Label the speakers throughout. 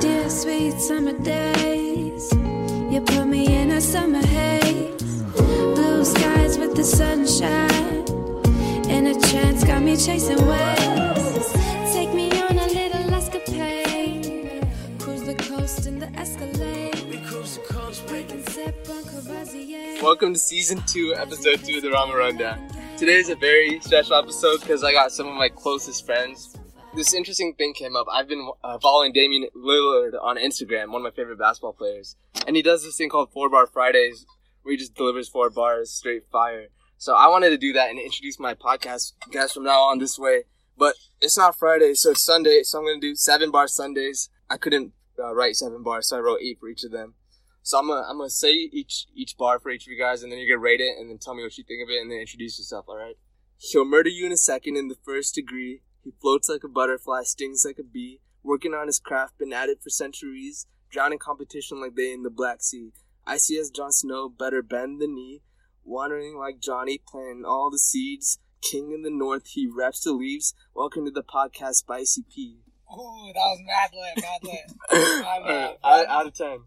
Speaker 1: Dear sweet summer days, you put me in a summer haze. Blue skies with the sunshine, and a chance got me chasing waves. Take me on a little escapade, cruise the coast in the Escalade. We can sip on Courvoisier.
Speaker 2: Welcome to season two, episode two of the Rama Rundown. Today is a very special episode because I got some of my closest friends. This interesting thing came up. I've been uh, following Damian Lillard on Instagram, one of my favorite basketball players, and he does this thing called Four Bar Fridays, where he just delivers four bars straight fire. So I wanted to do that and introduce my podcast guest from now on this way. But it's not Friday, so it's Sunday, so I'm gonna do seven bar Sundays. I couldn't uh, write seven bars, so I wrote eight for each of them. So I'm gonna I'm gonna say each each bar for each of you guys, and then you're gonna rate it, and then tell me what you think of it, and then introduce yourself. All right? He'll murder you in a second in the first degree. He floats like a butterfly, stings like a bee. Working on his craft, been at it for centuries. Drowning competition like they in the Black Sea. I see as Jon Snow, better bend the knee. Wandering like Johnny, planting all the seeds. King in the north, he reps the leaves. Welcome to the podcast, Spicy P.
Speaker 3: Ooh, that was mad lit, mad lit. Uh,
Speaker 2: All right, out, out of ten.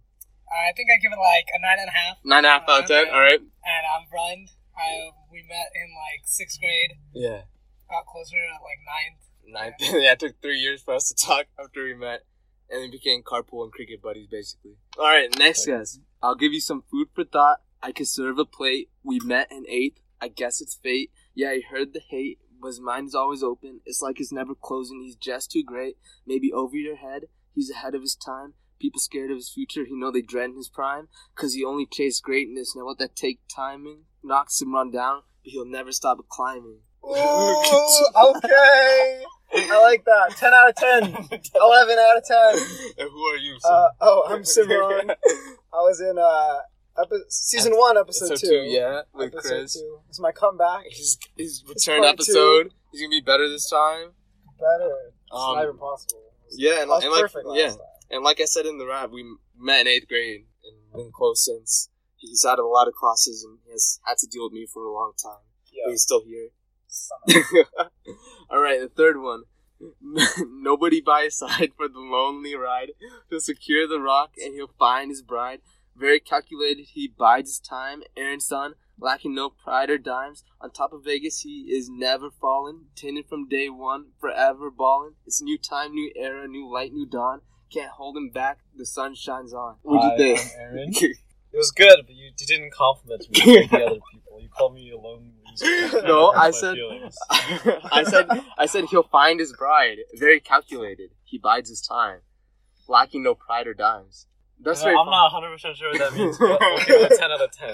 Speaker 3: I think I give it like a nine and a half.
Speaker 2: Nine and a half out of ten. All right.
Speaker 3: And I'm Brian. I we met in like sixth grade.
Speaker 2: Yeah.
Speaker 3: Got closer to like ninth.
Speaker 2: ninth. yeah, it took three years for us to talk after we met, and we became carpool and cricket buddies, basically. All right, next guys. I'll give you some food for thought. I could serve a plate. We met in eighth. I guess it's fate. Yeah, I heard the hate, but his mind's always open. It's like it's never closing. He's just too great. Maybe over your head. He's ahead of his time. People scared of his future. He know they dread his prime, 'cause he only chased greatness. Now what that take timing knocks him run down, but he'll never stop climbing.
Speaker 4: Ooh, okay. I like that. 10 out of 10. 11 out of 10.
Speaker 2: And who are you?
Speaker 4: Uh, oh, I'm Simran. I was in uh, epi- season 1, episode,
Speaker 2: Episode
Speaker 4: 2.
Speaker 2: two, yeah, with
Speaker 4: episode
Speaker 2: Chris.
Speaker 4: Two. It's my comeback.
Speaker 2: His his return
Speaker 4: part
Speaker 2: episode. He's gonna be better this time.
Speaker 4: Better. It's
Speaker 2: Um,
Speaker 4: not even possible.
Speaker 2: Yeah, and,
Speaker 4: I was
Speaker 2: and like
Speaker 4: perfect last
Speaker 2: yeah,
Speaker 4: time.
Speaker 2: and like I said in the rap, we met in eighth grade and been close since. He's out of a lot of classes and he has had to deal with me for a long time. But
Speaker 4: Yeah.
Speaker 2: he's still here.
Speaker 4: Summer.
Speaker 2: All right, the third one. Nobody by his side for the lonely ride. He'll secure the rock and he'll find his bride. Very calculated, he bides his time. Aaron's son, lacking no pride or dimes. On top of Vegas, he is never fallen. Tinted from day one, forever ballin'. It's new time, new era, new light, new dawn. Can't hold him back, the sun shines on. What'd you
Speaker 5: Hi, I'm Aaron.
Speaker 2: think?
Speaker 5: It was good, but you, you didn't compliment me like the other people. You called me a lone loser.
Speaker 2: No,
Speaker 5: That hurts
Speaker 2: I
Speaker 5: my
Speaker 2: said-
Speaker 5: feelings.
Speaker 2: I said, I said he'll find his bride. Very calculated. He bides his time, lacking no pride or dimes. That's
Speaker 5: I'm
Speaker 2: very. fun.
Speaker 5: not 100 percent sure what that means. But we'll give it a 10 out of 10.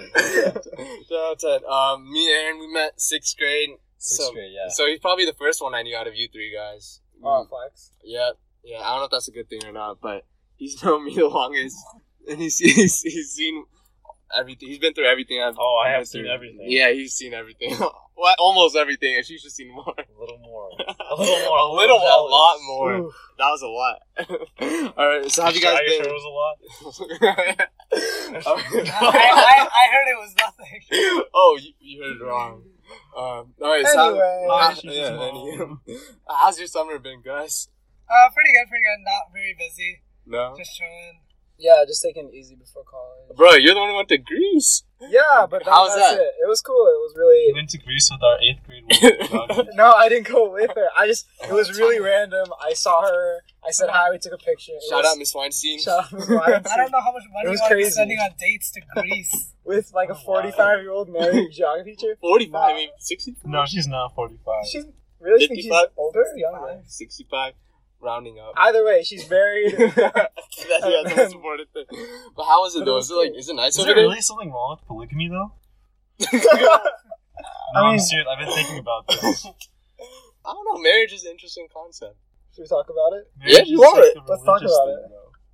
Speaker 2: Shout out to um, me and Aaron. We met sixth grade.
Speaker 5: Sixth
Speaker 2: so,
Speaker 5: grade, yeah.
Speaker 2: So he's probably the first one I knew out of you three guys. Mm,
Speaker 4: Oh, flex.
Speaker 5: Mm.
Speaker 2: Yeah, yeah. I don't know if that's a good thing or not, but he's known me the longest, and he's he's, he's seen everything. He's been through everything. I've
Speaker 5: oh, I
Speaker 2: been
Speaker 5: have seen
Speaker 2: through.
Speaker 5: everything.
Speaker 2: Yeah, he's seen everything. well, almost everything, and she's just seen more.
Speaker 5: A little more. A little more.
Speaker 2: a little, a
Speaker 5: jealous.
Speaker 2: lot more. That was a lot. All right, so how have you guys
Speaker 5: Are sure it
Speaker 2: been?
Speaker 5: was a lot?
Speaker 3: I, I, I heard it was nothing.
Speaker 2: oh, you, you heard it wrong. Um, all right, so
Speaker 4: Anyway.
Speaker 2: how-
Speaker 5: She's
Speaker 2: yeah,
Speaker 5: wrong.
Speaker 2: anyway. how's your summer been, guys?
Speaker 3: Uh, pretty good, pretty good. Not very busy.
Speaker 2: No,
Speaker 3: Just chilling.
Speaker 4: Yeah, just taking it easy before college.
Speaker 2: bro, you're the one who went to Greece.
Speaker 4: Yeah, but then
Speaker 2: How's
Speaker 4: that's
Speaker 2: that?
Speaker 4: it. It was cool. It was
Speaker 5: We
Speaker 4: really.
Speaker 5: went to Greece with our 8th grade one.
Speaker 4: No, I didn't go with her. I just. It was really random. I saw her. I said hi. We took a picture. It
Speaker 2: Shout
Speaker 4: was-
Speaker 2: out Miss Weinstein.
Speaker 4: Shout out, Miss Wyatt.
Speaker 3: I don't know how much
Speaker 4: It
Speaker 3: money
Speaker 4: was
Speaker 3: you want to be
Speaker 4: crazy.
Speaker 3: spending on dates to Greece.
Speaker 4: with like a
Speaker 5: Oh, wow.
Speaker 4: 45 year old married geography teacher.
Speaker 2: Forty-five, I mean sixty-five.
Speaker 5: No, she's not 45.
Speaker 4: She's really think she's
Speaker 2: 55?
Speaker 4: older, or younger.
Speaker 2: sixty-five, rounding up.
Speaker 3: Ah.
Speaker 4: Either way, she's married.
Speaker 2: that's, yeah, the most important thing. But how is it though? Is it like is it nice
Speaker 5: Is
Speaker 2: over
Speaker 5: there
Speaker 2: there?
Speaker 5: really something wrong with polygamy, though?
Speaker 4: I
Speaker 5: No,
Speaker 4: mean-
Speaker 5: I'm serious. I've been thinking about this.
Speaker 2: I don't know. Marriage is an interesting concept.
Speaker 4: Should we talk about it?
Speaker 2: Yeah, you are it.
Speaker 4: Let's talk about it.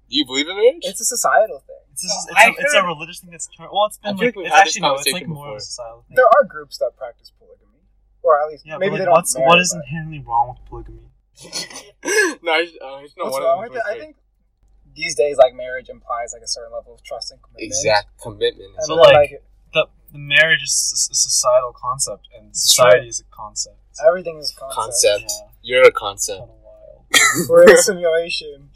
Speaker 2: Do you believe in marriage?
Speaker 4: It's a societal thing.
Speaker 5: It's, just,
Speaker 3: I
Speaker 5: it's, a, it's a
Speaker 3: heard-
Speaker 5: religious thing that's turned. Well, it's
Speaker 2: I
Speaker 5: been like
Speaker 2: think we've
Speaker 5: it's
Speaker 2: had this
Speaker 5: actually no. It's like
Speaker 2: conversation
Speaker 5: more
Speaker 2: before.
Speaker 5: of a societal thing.
Speaker 4: There are groups that practice polygamy, or at least
Speaker 5: yeah,
Speaker 4: maybe
Speaker 5: but
Speaker 4: they
Speaker 5: like,
Speaker 4: don't.
Speaker 5: what's
Speaker 4: marry,
Speaker 5: what is
Speaker 4: but-
Speaker 5: inherently wrong with polygamy?
Speaker 2: no, I, uh, it's not
Speaker 4: What's
Speaker 2: one
Speaker 4: wrong
Speaker 2: of
Speaker 4: with
Speaker 2: them.
Speaker 4: it? I think these days, like marriage implies like a certain level of trust and commitment.
Speaker 2: exact commitment.
Speaker 4: And
Speaker 5: So,
Speaker 4: then, like,
Speaker 5: like- The the marriage is a, a societal concept, and
Speaker 4: true.
Speaker 5: society is a concept.
Speaker 4: everything is a concept.
Speaker 2: concept.
Speaker 5: Yeah.
Speaker 2: You're a
Speaker 5: Kinda
Speaker 2: concept.
Speaker 5: wild.
Speaker 4: We're in a simulation.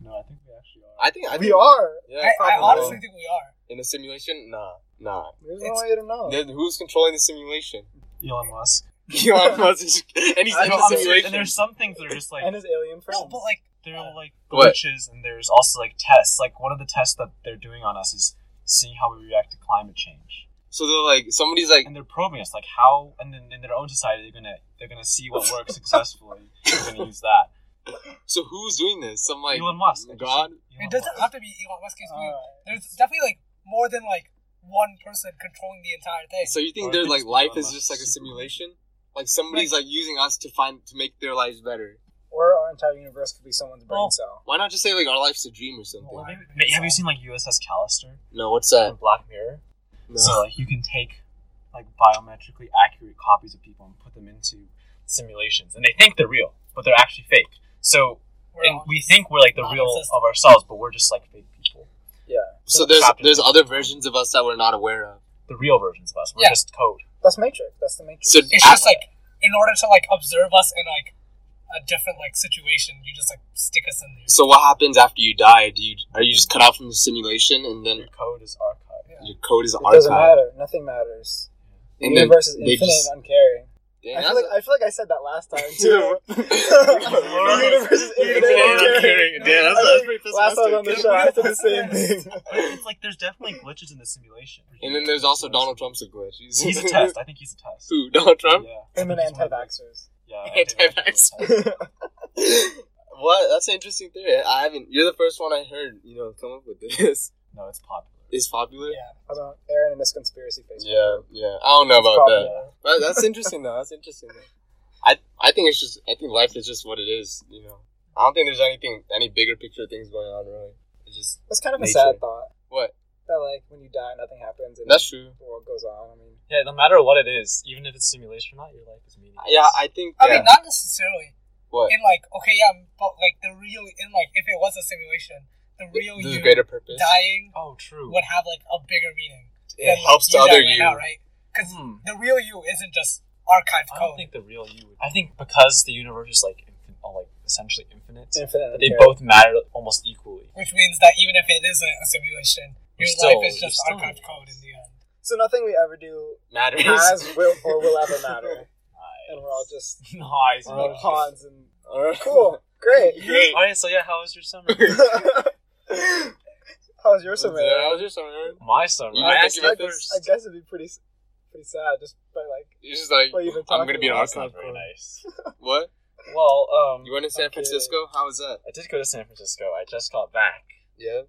Speaker 6: No, I think we actually are.
Speaker 2: I think I
Speaker 4: We
Speaker 2: think-
Speaker 4: are.
Speaker 2: Yeah,
Speaker 3: I, I
Speaker 2: probably.
Speaker 3: honestly think we are.
Speaker 2: in a simulation. Nah, nah.
Speaker 4: There's no
Speaker 3: It's-
Speaker 4: way to know.
Speaker 2: Then who's controlling the simulation?
Speaker 6: Elon Musk.
Speaker 2: Elon Musk. is- And he's
Speaker 4: I
Speaker 2: in
Speaker 4: don't
Speaker 2: the
Speaker 6: And
Speaker 4: know.
Speaker 2: simulation.
Speaker 6: there's some things that are just like
Speaker 4: and his alien friends.
Speaker 3: No, but like
Speaker 6: they're like
Speaker 2: What?
Speaker 6: glitches, and there's also like tests. Like one of the tests that they're doing on us is seeing how we react to climate change,
Speaker 2: So they're like, somebody's like,
Speaker 6: and they're probing us like how, and then in their own society they're gonna they're gonna see what works successfully. They're gonna use that.
Speaker 2: so who's doing this? Some like
Speaker 6: Elon Musk, I just
Speaker 2: God.
Speaker 6: said Elon
Speaker 3: it doesn't
Speaker 6: Musk.
Speaker 3: have to be Elon Musk. It's
Speaker 4: Alright.
Speaker 3: There's definitely like more than like one person controlling the entire thing.
Speaker 2: So you
Speaker 6: Or
Speaker 2: think
Speaker 6: it
Speaker 2: their
Speaker 6: could
Speaker 2: like
Speaker 6: just be
Speaker 2: life
Speaker 6: Elon
Speaker 2: is
Speaker 6: Musk's
Speaker 2: just like a
Speaker 6: Superman.
Speaker 2: simulation? Like somebody's like using us to find to make their lives better.
Speaker 4: or our entire universe could be someone's brain
Speaker 6: Well-
Speaker 4: cell.
Speaker 2: Why not just say like our life's a dream or something?
Speaker 6: Well, maybe- Oh, may- have you seen like USS Callister
Speaker 2: No, what's
Speaker 6: from
Speaker 2: that?
Speaker 6: Black Mirror?
Speaker 2: Uh, No.
Speaker 6: So like you can take like biometrically accurate copies of people and put them into simulations, and they think they're real, but they're actually fake. So
Speaker 3: We're
Speaker 6: and
Speaker 3: all-
Speaker 6: we think we're like the
Speaker 3: not
Speaker 6: real
Speaker 3: existent.
Speaker 6: of ourselves, but we're just like fake people.
Speaker 4: Yeah,
Speaker 2: So there's
Speaker 6: trapped in
Speaker 2: there's
Speaker 6: it.
Speaker 2: other versions of us that we're not aware of.
Speaker 6: The real versions of us. We're
Speaker 3: Yeah.
Speaker 6: just code.
Speaker 4: that's Matrix. That's the Matrix.
Speaker 2: So
Speaker 3: it's just like in order to like observe us in like a different like situation, you just like stick us in there.
Speaker 2: so what happens after you die? Do you are you just cut out from the simulation and then
Speaker 6: Your code is archived.
Speaker 2: your code is
Speaker 4: it doesn't
Speaker 2: archived?
Speaker 4: matter. Nothing matters. The
Speaker 2: And then
Speaker 4: universe is
Speaker 2: they
Speaker 4: infinite
Speaker 2: just-
Speaker 4: and uncaring.
Speaker 2: Dang,
Speaker 4: I
Speaker 2: that's
Speaker 4: feel like
Speaker 2: a-
Speaker 4: I feel like I said that last time too.
Speaker 2: Dude.
Speaker 4: the universe is infinite and uncaring. that's- that's Last time on the show, I said the same thing.
Speaker 6: But it's like there's definitely glitches in the simulation.
Speaker 2: And then there's also Donald Trump's a glitch. He's,
Speaker 6: He's a test. I think he's a test.
Speaker 2: Who? Donald Trump?
Speaker 6: Yeah.
Speaker 4: Him and anti-vaxxers.
Speaker 6: Yeah.
Speaker 2: Anti-vax. what? That's an interesting theory. I haven't. You're the first one I heard. You know, come up with this.
Speaker 6: No, it's popular.
Speaker 2: Is popular?
Speaker 3: Yeah.
Speaker 4: I don't know, Aaron and this conspiracy Facebook.
Speaker 2: yeah, yeah. I don't know
Speaker 4: It's
Speaker 2: about that.
Speaker 4: popular.
Speaker 2: But that's interesting though. That's interesting. Though. I I think it's just I think life is just what it is. You know, I don't think there's anything any bigger picture of things going on really. It's just
Speaker 4: That's kind of
Speaker 2: Nature.
Speaker 4: a sad thought
Speaker 2: what
Speaker 4: that like when you die, nothing happens and
Speaker 2: that's true.
Speaker 4: the world goes on. I mean,
Speaker 6: Yeah, no matter what it is, even if it's simulation or not, your life is meaningless.
Speaker 2: Uh, Yeah, I think.
Speaker 3: I
Speaker 2: yeah.
Speaker 3: mean, not necessarily.
Speaker 2: what
Speaker 3: In like, okay, yeah, but like the real, in like, if it was a simulation, the real
Speaker 2: there's
Speaker 3: you
Speaker 2: greater purpose.
Speaker 3: dying
Speaker 6: Oh, true.
Speaker 3: would have like a bigger meaning.
Speaker 2: It
Speaker 3: like,
Speaker 2: helps the
Speaker 3: you
Speaker 2: other
Speaker 3: die right
Speaker 2: you.
Speaker 3: now, right? Because
Speaker 6: Hmm.
Speaker 3: the real you isn't just archived
Speaker 6: I don't
Speaker 3: code.
Speaker 6: think the real you. Would. I think because the universe is like infin- oh, like essentially infinite,
Speaker 4: infinite. and
Speaker 6: they
Speaker 4: uncaring.
Speaker 6: both matter almost equally.
Speaker 3: Which means that even if it isn't a simulation, your
Speaker 6: You're still-
Speaker 3: life is just
Speaker 6: you're still-
Speaker 3: archived code in the end.
Speaker 4: So nothing we ever do
Speaker 2: Matters.
Speaker 4: has will or will ever matter, and we're all just
Speaker 6: nice.
Speaker 4: we're all
Speaker 6: nice.
Speaker 4: pawns and
Speaker 2: Alright.
Speaker 4: cool, great.
Speaker 2: Great.
Speaker 6: All right, so yeah, how was your summer?
Speaker 4: How was your summer?
Speaker 2: Yeah, that was your summer. Aaron?
Speaker 6: My summer.
Speaker 2: You
Speaker 6: I
Speaker 2: might
Speaker 6: asked
Speaker 2: think
Speaker 6: you
Speaker 4: I
Speaker 2: about
Speaker 6: first.
Speaker 4: guess, I guess it'd be pretty, s- pretty sad just by like
Speaker 2: You're just like
Speaker 4: what you've been talking
Speaker 2: I'm gonna be an
Speaker 4: about.
Speaker 6: That's
Speaker 2: archive.
Speaker 6: not very nice.
Speaker 2: What?
Speaker 6: Well, um,
Speaker 2: You went to San
Speaker 4: Okay.
Speaker 2: Francisco? How was that?
Speaker 6: I did go to San Francisco. I just got back.
Speaker 2: Yeah.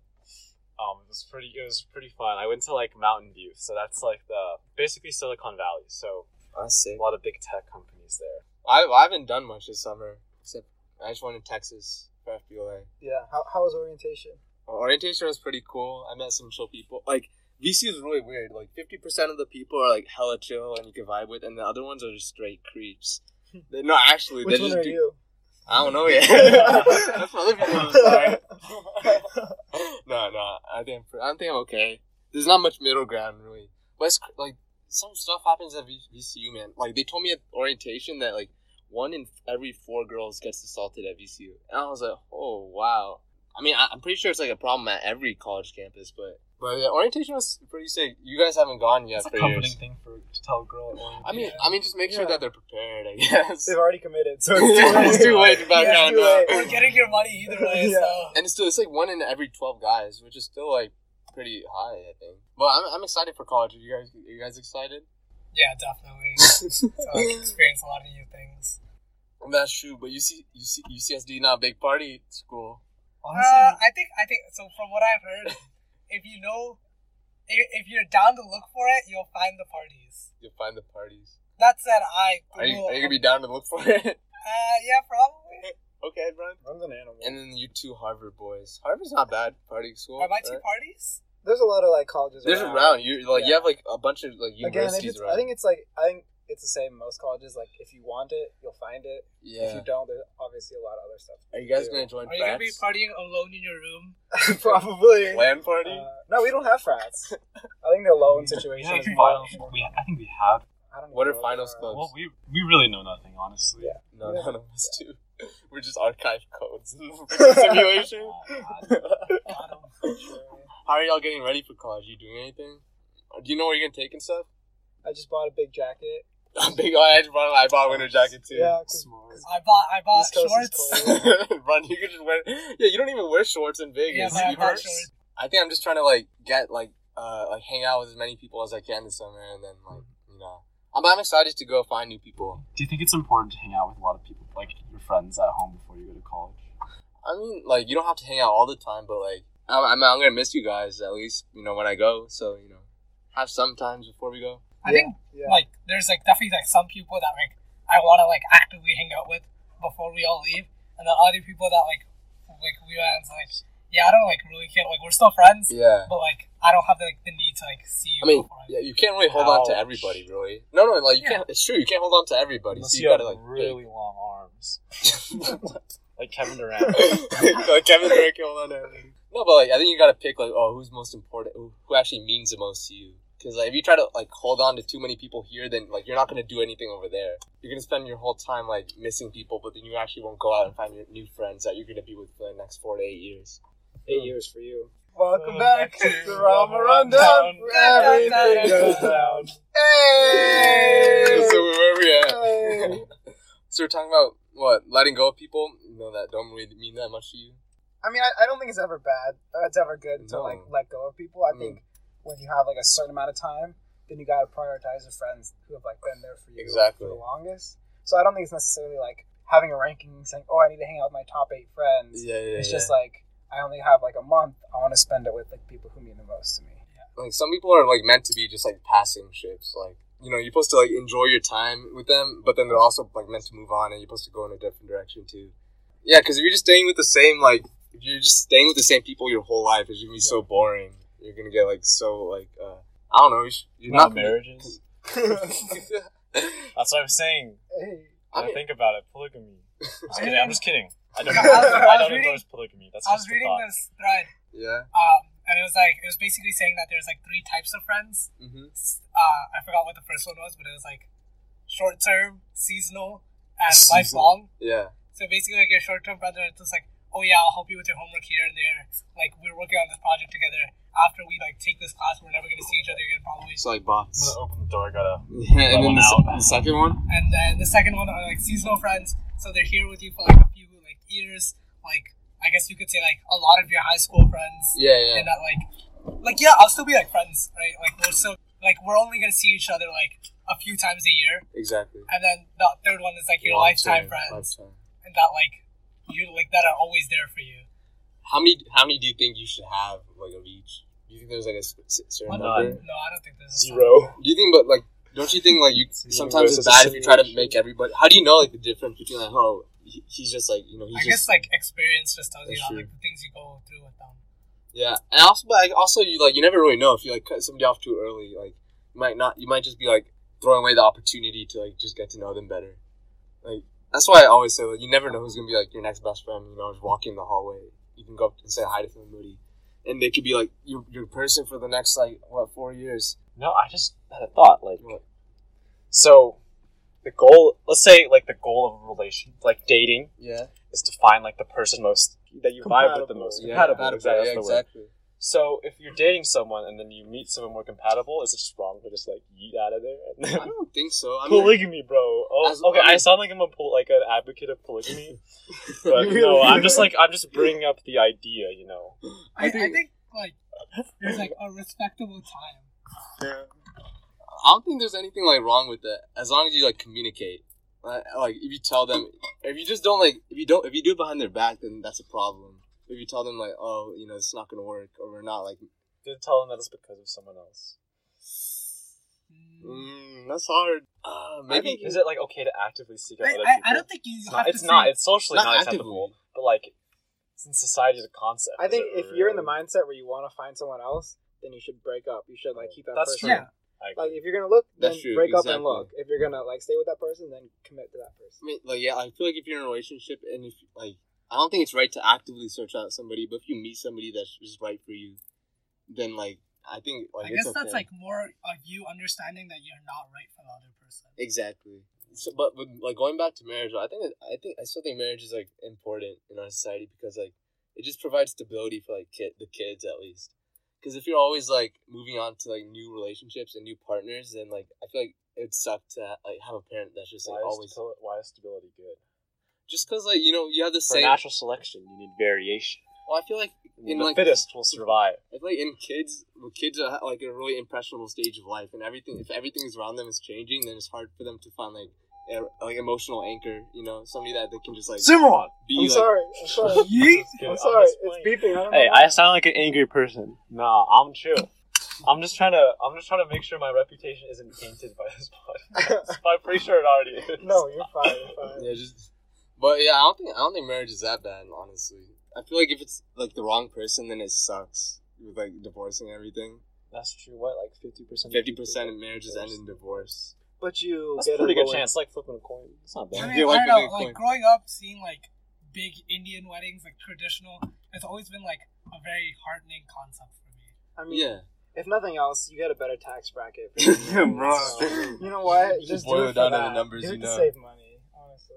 Speaker 6: Um, it was pretty. It was pretty fun. I went to like Mountain View, so that's like the basically Silicon Valley. So
Speaker 2: I
Speaker 6: a
Speaker 2: see.
Speaker 6: lot of big tech companies there.
Speaker 2: I I haven't done much this summer except I just went to Texas for FBLA.
Speaker 4: Yeah. How, how was orientation?
Speaker 2: Well, orientation was pretty cool. I met some chill people. Like VC is really weird. Like fifty percent of the people are like hella chill and you can vibe with, and the other ones are just straight creeps. They, no, actually,
Speaker 4: Which
Speaker 2: they
Speaker 4: one
Speaker 2: just
Speaker 4: are
Speaker 2: do-
Speaker 4: you?
Speaker 2: I don't know yet. That's what other people are sorry. No, no, I think I'm, pre- I think I'm okay. There's not much middle ground really. But it's, cr- like some stuff happens at V- VCU, man. Like they told me at orientation that like one in every four girls gets assaulted at VCU, and I was like, oh wow. I mean, I, I'm pretty sure it's like a problem at every college campus, but but yeah, orientation was pretty sick. You guys haven't gone yet
Speaker 6: It's a
Speaker 2: for
Speaker 6: comforting
Speaker 2: years.
Speaker 6: thing for to tell a girl. at one-
Speaker 2: I mean, I mean, just make sure
Speaker 4: Yeah.
Speaker 2: that they're prepared. I guess
Speaker 4: They've already committed, so
Speaker 2: it's
Speaker 4: it's too
Speaker 2: too
Speaker 4: late.
Speaker 2: late to back
Speaker 4: Yeah,
Speaker 2: down
Speaker 4: too
Speaker 2: now.
Speaker 4: late.
Speaker 3: You're getting your money either way,
Speaker 4: Yeah.
Speaker 3: so.
Speaker 2: And it's still, it's like one in every twelve guys, which is still like pretty high, I think. But I'm, I'm excited for college. Are you guys, are you guys excited?
Speaker 3: Yeah, definitely. to like, experience a lot of new things.
Speaker 2: That's true. But UC, UC, UCSD not a big party school.
Speaker 4: Ah.
Speaker 3: Uh, I think I think so. From what I've heard, if you know, if, if you're down to look for it, you'll find the parties.
Speaker 2: You'll find the parties.
Speaker 3: That said, I
Speaker 2: Are you,
Speaker 3: Google-
Speaker 2: are you gonna be down to look for it?
Speaker 3: Uh, yeah, probably.
Speaker 2: okay, Brian.
Speaker 4: One's an animal.
Speaker 2: And then you two Harvard boys. Harvard's not bad party school.
Speaker 3: Are my two
Speaker 2: right?
Speaker 3: parties?
Speaker 4: There's a lot of like colleges.
Speaker 2: There's
Speaker 4: around.
Speaker 2: around. You like you
Speaker 4: Yeah.
Speaker 2: have like a bunch of like
Speaker 4: Again, if
Speaker 2: universities
Speaker 4: it's,
Speaker 2: around.
Speaker 4: I think it's like I think it's the same in most colleges. Like if you want it, you'll find it. If
Speaker 2: yeah.
Speaker 4: you don't, there's obviously a lot of other stuff.
Speaker 2: Are you guys gonna join
Speaker 3: Are you gonna be
Speaker 2: frats?
Speaker 3: partying alone in your room?
Speaker 4: Probably.
Speaker 2: Land party?
Speaker 4: Uh, no, we don't have frats. I think the loan situation
Speaker 6: Yeah,
Speaker 4: is
Speaker 6: it's
Speaker 4: more.
Speaker 6: final. We, I think we have.
Speaker 4: I don't even
Speaker 2: What are
Speaker 4: know
Speaker 2: finals
Speaker 4: they
Speaker 2: clubs?
Speaker 6: Well, we we really know nothing, honestly.
Speaker 4: Yeah.
Speaker 2: no,
Speaker 4: Yeah.
Speaker 2: none of us do. We're just archive codes in the simulation. How are y'all getting ready for college? You doing anything? Do you know where you're gonna take and stuff?
Speaker 4: I just bought a big jacket.
Speaker 2: Big oh, I just brought I bought a winter jacket too.
Speaker 4: Yeah, 'cause-
Speaker 5: Smart.
Speaker 3: I bought I bought
Speaker 4: East Coast is
Speaker 3: shorts.
Speaker 4: cold.
Speaker 2: Run, you could just wear. Yeah, you don't even wear shorts in
Speaker 3: Yeah,
Speaker 2: Vegas.
Speaker 3: but I
Speaker 2: You
Speaker 3: bought
Speaker 2: wear-
Speaker 3: shorts.
Speaker 2: I think I'm just trying to like get like uh like hang out with as many people as I can this summer, and then like you know, I'm, I'm excited to go find new people.
Speaker 5: Do you think it's important to hang out with a lot of people, like your friends at home before you go to college?
Speaker 2: I mean, like you don't have to hang out all the time, but like I'm I'm, I'm gonna miss you guys at least you know when I go. So you know, have some times before we go.
Speaker 3: I think
Speaker 4: Yeah.
Speaker 3: like there's like definitely like some people that like I want to like actively hang out with before we all leave, and then other people that like like we are like yeah I don't like really care like we're still friends,
Speaker 2: Yeah.
Speaker 3: but like I don't have the, like the need to like see you.
Speaker 2: I mean,
Speaker 3: before I-
Speaker 2: yeah, you can't really hold on to
Speaker 5: Ouch.
Speaker 2: everybody, really. No, no, like you
Speaker 3: Yeah.
Speaker 2: can't. It's true, you can't hold on to everybody.
Speaker 5: Unless
Speaker 2: so
Speaker 5: you,
Speaker 2: you,
Speaker 5: have
Speaker 2: gotta like
Speaker 5: really long arms, like Kevin Durant.
Speaker 2: pick. like Kevin Durant can hold on to everything. No, but like I think you gotta pick like oh who's most important, who who actually means the most to you. Because like if you try to like hold on to too many people here, then like you're not gonna do anything over there. You're gonna spend your whole time like missing people, but then you actually won't go out and find your new friends that you're gonna be with for the next four to eight years.
Speaker 6: Eight years for you.
Speaker 4: Welcome
Speaker 3: Uh,
Speaker 4: back
Speaker 3: back
Speaker 4: to
Speaker 3: to
Speaker 4: the Rama Rundown.
Speaker 3: Rundown.
Speaker 4: where
Speaker 3: Dun, dun, dun,
Speaker 4: Everything
Speaker 3: dun.
Speaker 4: goes down. Hey!
Speaker 2: So where were we at?
Speaker 4: Hey.
Speaker 2: So we're talking about what letting go of people, you know, that don't really mean that much to you.
Speaker 4: I mean, I, I don't think it's ever bad. uh, It's ever good to
Speaker 2: No.
Speaker 4: like let go of people. I
Speaker 2: Mm.
Speaker 4: think when you have like a certain amount of time, then you gotta prioritize your friends who have like been there for you
Speaker 2: Exactly.
Speaker 4: for the longest. So I don't think it's necessarily like having a ranking saying, "Oh, I need to hang out with my top eight friends."
Speaker 2: Yeah, yeah.
Speaker 4: it's just like I only have like a month. I want to spend it with like people who mean the most to me.
Speaker 2: like some people are like meant to be just like passing ships like you know you're supposed to like enjoy your time with them but then they're also like meant to move on and you're supposed to go in a different direction too yeah because if you're just staying with the same like if you're just staying with the same people your whole life it's gonna be so boring you're gonna get like so like uh i don't know you're, you're
Speaker 6: Not
Speaker 2: not
Speaker 6: marriages. That's what I'm saying.
Speaker 4: Hey,
Speaker 2: I
Speaker 6: I
Speaker 2: mean-
Speaker 6: think about it. Polygamy. Just kidding. I'm just kidding. I don't.
Speaker 3: I was- I
Speaker 6: I
Speaker 3: was
Speaker 6: don't
Speaker 3: reading-
Speaker 6: endorse polygamy. That's
Speaker 3: I was
Speaker 6: just a
Speaker 3: reading
Speaker 6: thought.
Speaker 3: this thread,
Speaker 2: yeah
Speaker 3: um, and it was like it was basically saying that there's like three types of friends.
Speaker 2: mm-hmm.
Speaker 3: uh, I forgot what the first one was, but it was like short term, seasonal, and
Speaker 2: Seasonal.
Speaker 3: lifelong.
Speaker 2: yeah
Speaker 3: So basically, like your short term brother is just like, oh yeah, I'll help you with your homework here and there. Like we're working on this project together. After we like take this class, we're never gonna see each other again probably.
Speaker 2: it's like
Speaker 6: I'm
Speaker 2: bots
Speaker 6: gonna open the door. Gotta.
Speaker 2: yeah, and then
Speaker 6: one
Speaker 2: the, se-
Speaker 6: out.
Speaker 2: the second one
Speaker 3: And then the second one are like seasonal friends. So they're here with you for like a few like years. Like I guess you could say like a lot of your high school friends.
Speaker 2: yeah yeah
Speaker 3: and that like like yeah i'll still be like friends right like we're still like we're only gonna see each other like a few times a year
Speaker 2: exactly
Speaker 3: and then the third one is like your lifetime
Speaker 2: Long-term,
Speaker 3: friends
Speaker 2: lifetime.
Speaker 3: and that like you like that are always there for you
Speaker 2: how many how many do you think you should have like of each do you think there's like a s- s- certain
Speaker 3: One-
Speaker 2: number
Speaker 3: no i don't think there's a-
Speaker 6: Zero.
Speaker 2: Do you think, but like, don't you think like you
Speaker 6: It's
Speaker 2: sometimes
Speaker 6: universe
Speaker 2: it's
Speaker 6: as a
Speaker 2: bad if you try to
Speaker 6: simulation.
Speaker 2: make everybody? How do you know like the difference between like oh he, he's just like you know he's
Speaker 3: i
Speaker 2: just
Speaker 3: guess like experience just tells you
Speaker 2: That's
Speaker 3: how,
Speaker 2: true.
Speaker 3: like the things you go through with them
Speaker 2: yeah and also but like, also you like you never really know if you like cut somebody off too early like you might not you might just be like throwing away the opportunity to like just get to know them better like that's why I always say like you never know who's gonna be like your next best friend you know just walking the hallway you can go up and say hi to somebody and they could be like your your person for the next like what four years
Speaker 6: No, I just had a thought. Like,
Speaker 2: What?
Speaker 6: so the goal. Let's say like the goal of a relation, like dating,
Speaker 2: yeah
Speaker 6: is to find like the person most that you vibe with the
Speaker 4: Compatible.
Speaker 6: most.
Speaker 2: yeah,
Speaker 6: Compatible.
Speaker 2: compatible,
Speaker 6: Exactly.
Speaker 2: yeah,
Speaker 6: that's the word.
Speaker 2: exactly
Speaker 6: So if you're dating someone and then you meet someone more compatible, is it just wrong to just like yeet out of
Speaker 2: I
Speaker 6: there?
Speaker 2: don't think so I mean,
Speaker 6: polygamy, bro. Oh,
Speaker 2: As-
Speaker 6: okay.
Speaker 2: I
Speaker 6: I,
Speaker 2: mean-
Speaker 6: sound like I'm a pol- like an advocate of polygamy, but
Speaker 4: You
Speaker 6: no,
Speaker 4: really
Speaker 6: I'm
Speaker 4: do.
Speaker 6: just like I'm just bringing up the idea. You know,
Speaker 3: i, I, think,
Speaker 2: think-
Speaker 3: like there's like a respectable time
Speaker 2: I don't think there's anything like wrong with that as long as you like communicate. Like like, if you tell them, if you just don't like, if you don't, if you do it behind their back, then that's a problem. If you tell them like, oh, you know, it's not gonna work, or we're not like,
Speaker 6: did tell them that it's because of someone else.
Speaker 3: Mm.
Speaker 2: mm, that's hard. Uh,
Speaker 6: I
Speaker 2: maybe
Speaker 6: think- is it like okay to actively seek out
Speaker 3: I,
Speaker 6: other
Speaker 3: I,
Speaker 6: people?
Speaker 3: I don't think you
Speaker 6: it's
Speaker 3: have
Speaker 6: not. It's,
Speaker 3: to
Speaker 6: not,
Speaker 3: say-
Speaker 6: it's socially
Speaker 2: not
Speaker 6: not,
Speaker 2: actively.
Speaker 6: acceptable, but like since society is a concept,
Speaker 4: I
Speaker 6: is
Speaker 4: think
Speaker 6: it
Speaker 4: if you're in the
Speaker 6: really-
Speaker 4: mindset where you want to find someone else, then you should break up. You should like keep that
Speaker 6: That's
Speaker 4: person.
Speaker 6: true.
Speaker 3: Yeah.
Speaker 6: I agree.
Speaker 4: Like if you're gonna look, then
Speaker 2: That's true,
Speaker 4: break up
Speaker 2: exactly.
Speaker 4: and look. If you're gonna like stay with that person, then commit to that person.
Speaker 2: I mean, like yeah, I feel like if you're in a relationship and if like, I don't think it's right to actively search out somebody, but if you meet somebody that's just right for you, then like, I think like
Speaker 3: I
Speaker 2: it's okay.
Speaker 3: guess that's like more of you understanding that you're not right for the other person.
Speaker 2: exactly. so, but with, like going back to marriage, I think I think I still think marriage is like important in our society because like it just provides stability for like kid the kids at least. Because if you're always like moving on to like new relationships and new partners, then like I feel like it'd suck to ha- like have a parent that's just like
Speaker 6: why,
Speaker 2: always
Speaker 6: is stabil- why is stability good?
Speaker 2: just because like you know you have the
Speaker 6: For
Speaker 2: same.
Speaker 6: natural selection, you need variation.
Speaker 2: Well, I feel like in
Speaker 6: the
Speaker 2: like
Speaker 6: fittest will survive.
Speaker 2: I feel like in kids, well, kids are like a really impressionable stage of life, and everything if everything is around them is changing, then it's hard for them to find like a, like emotional anchor, you know, somebody that they can just like
Speaker 5: Simran.
Speaker 2: be
Speaker 4: I'm
Speaker 2: like.
Speaker 4: sorry. I'm sorry. I'm sorry. It's beeping. I don't
Speaker 6: Hey,
Speaker 4: know.
Speaker 6: I sound like an angry person. Nah, I'm chill. I'm just trying to. I'm just trying to make sure my reputation isn't tainted by this podcast. I'm pretty sure it already is.
Speaker 4: No, you're fine. You're fine.
Speaker 2: Yeah, just. But yeah, I don't think I don't think marriage is that bad, honestly. I feel like if it's like the wrong person, then it sucks with like divorcing and everything.
Speaker 6: that's true. What, like fifty percent?
Speaker 2: Fifty percent of marriages end in divorce.
Speaker 4: But you
Speaker 6: That's
Speaker 4: get
Speaker 6: a pretty good
Speaker 4: lower-
Speaker 6: chance. Like flipping a coin. It's not
Speaker 3: I
Speaker 6: bad.
Speaker 3: mean,
Speaker 2: Yeah, like
Speaker 3: I don't
Speaker 2: really
Speaker 3: know. Like
Speaker 2: quick.
Speaker 3: growing up, seeing like big Indian weddings, like traditional, it's always been like a very heartening concept for me.
Speaker 4: I mean,
Speaker 2: Yeah,
Speaker 4: if nothing else, you get a better tax bracket. For
Speaker 2: bro.
Speaker 4: You know what? Just
Speaker 2: boil
Speaker 4: do
Speaker 2: it
Speaker 4: it for
Speaker 2: down to the
Speaker 4: that.
Speaker 2: numbers
Speaker 4: do
Speaker 2: you
Speaker 4: it to
Speaker 2: know.
Speaker 4: save money, honestly.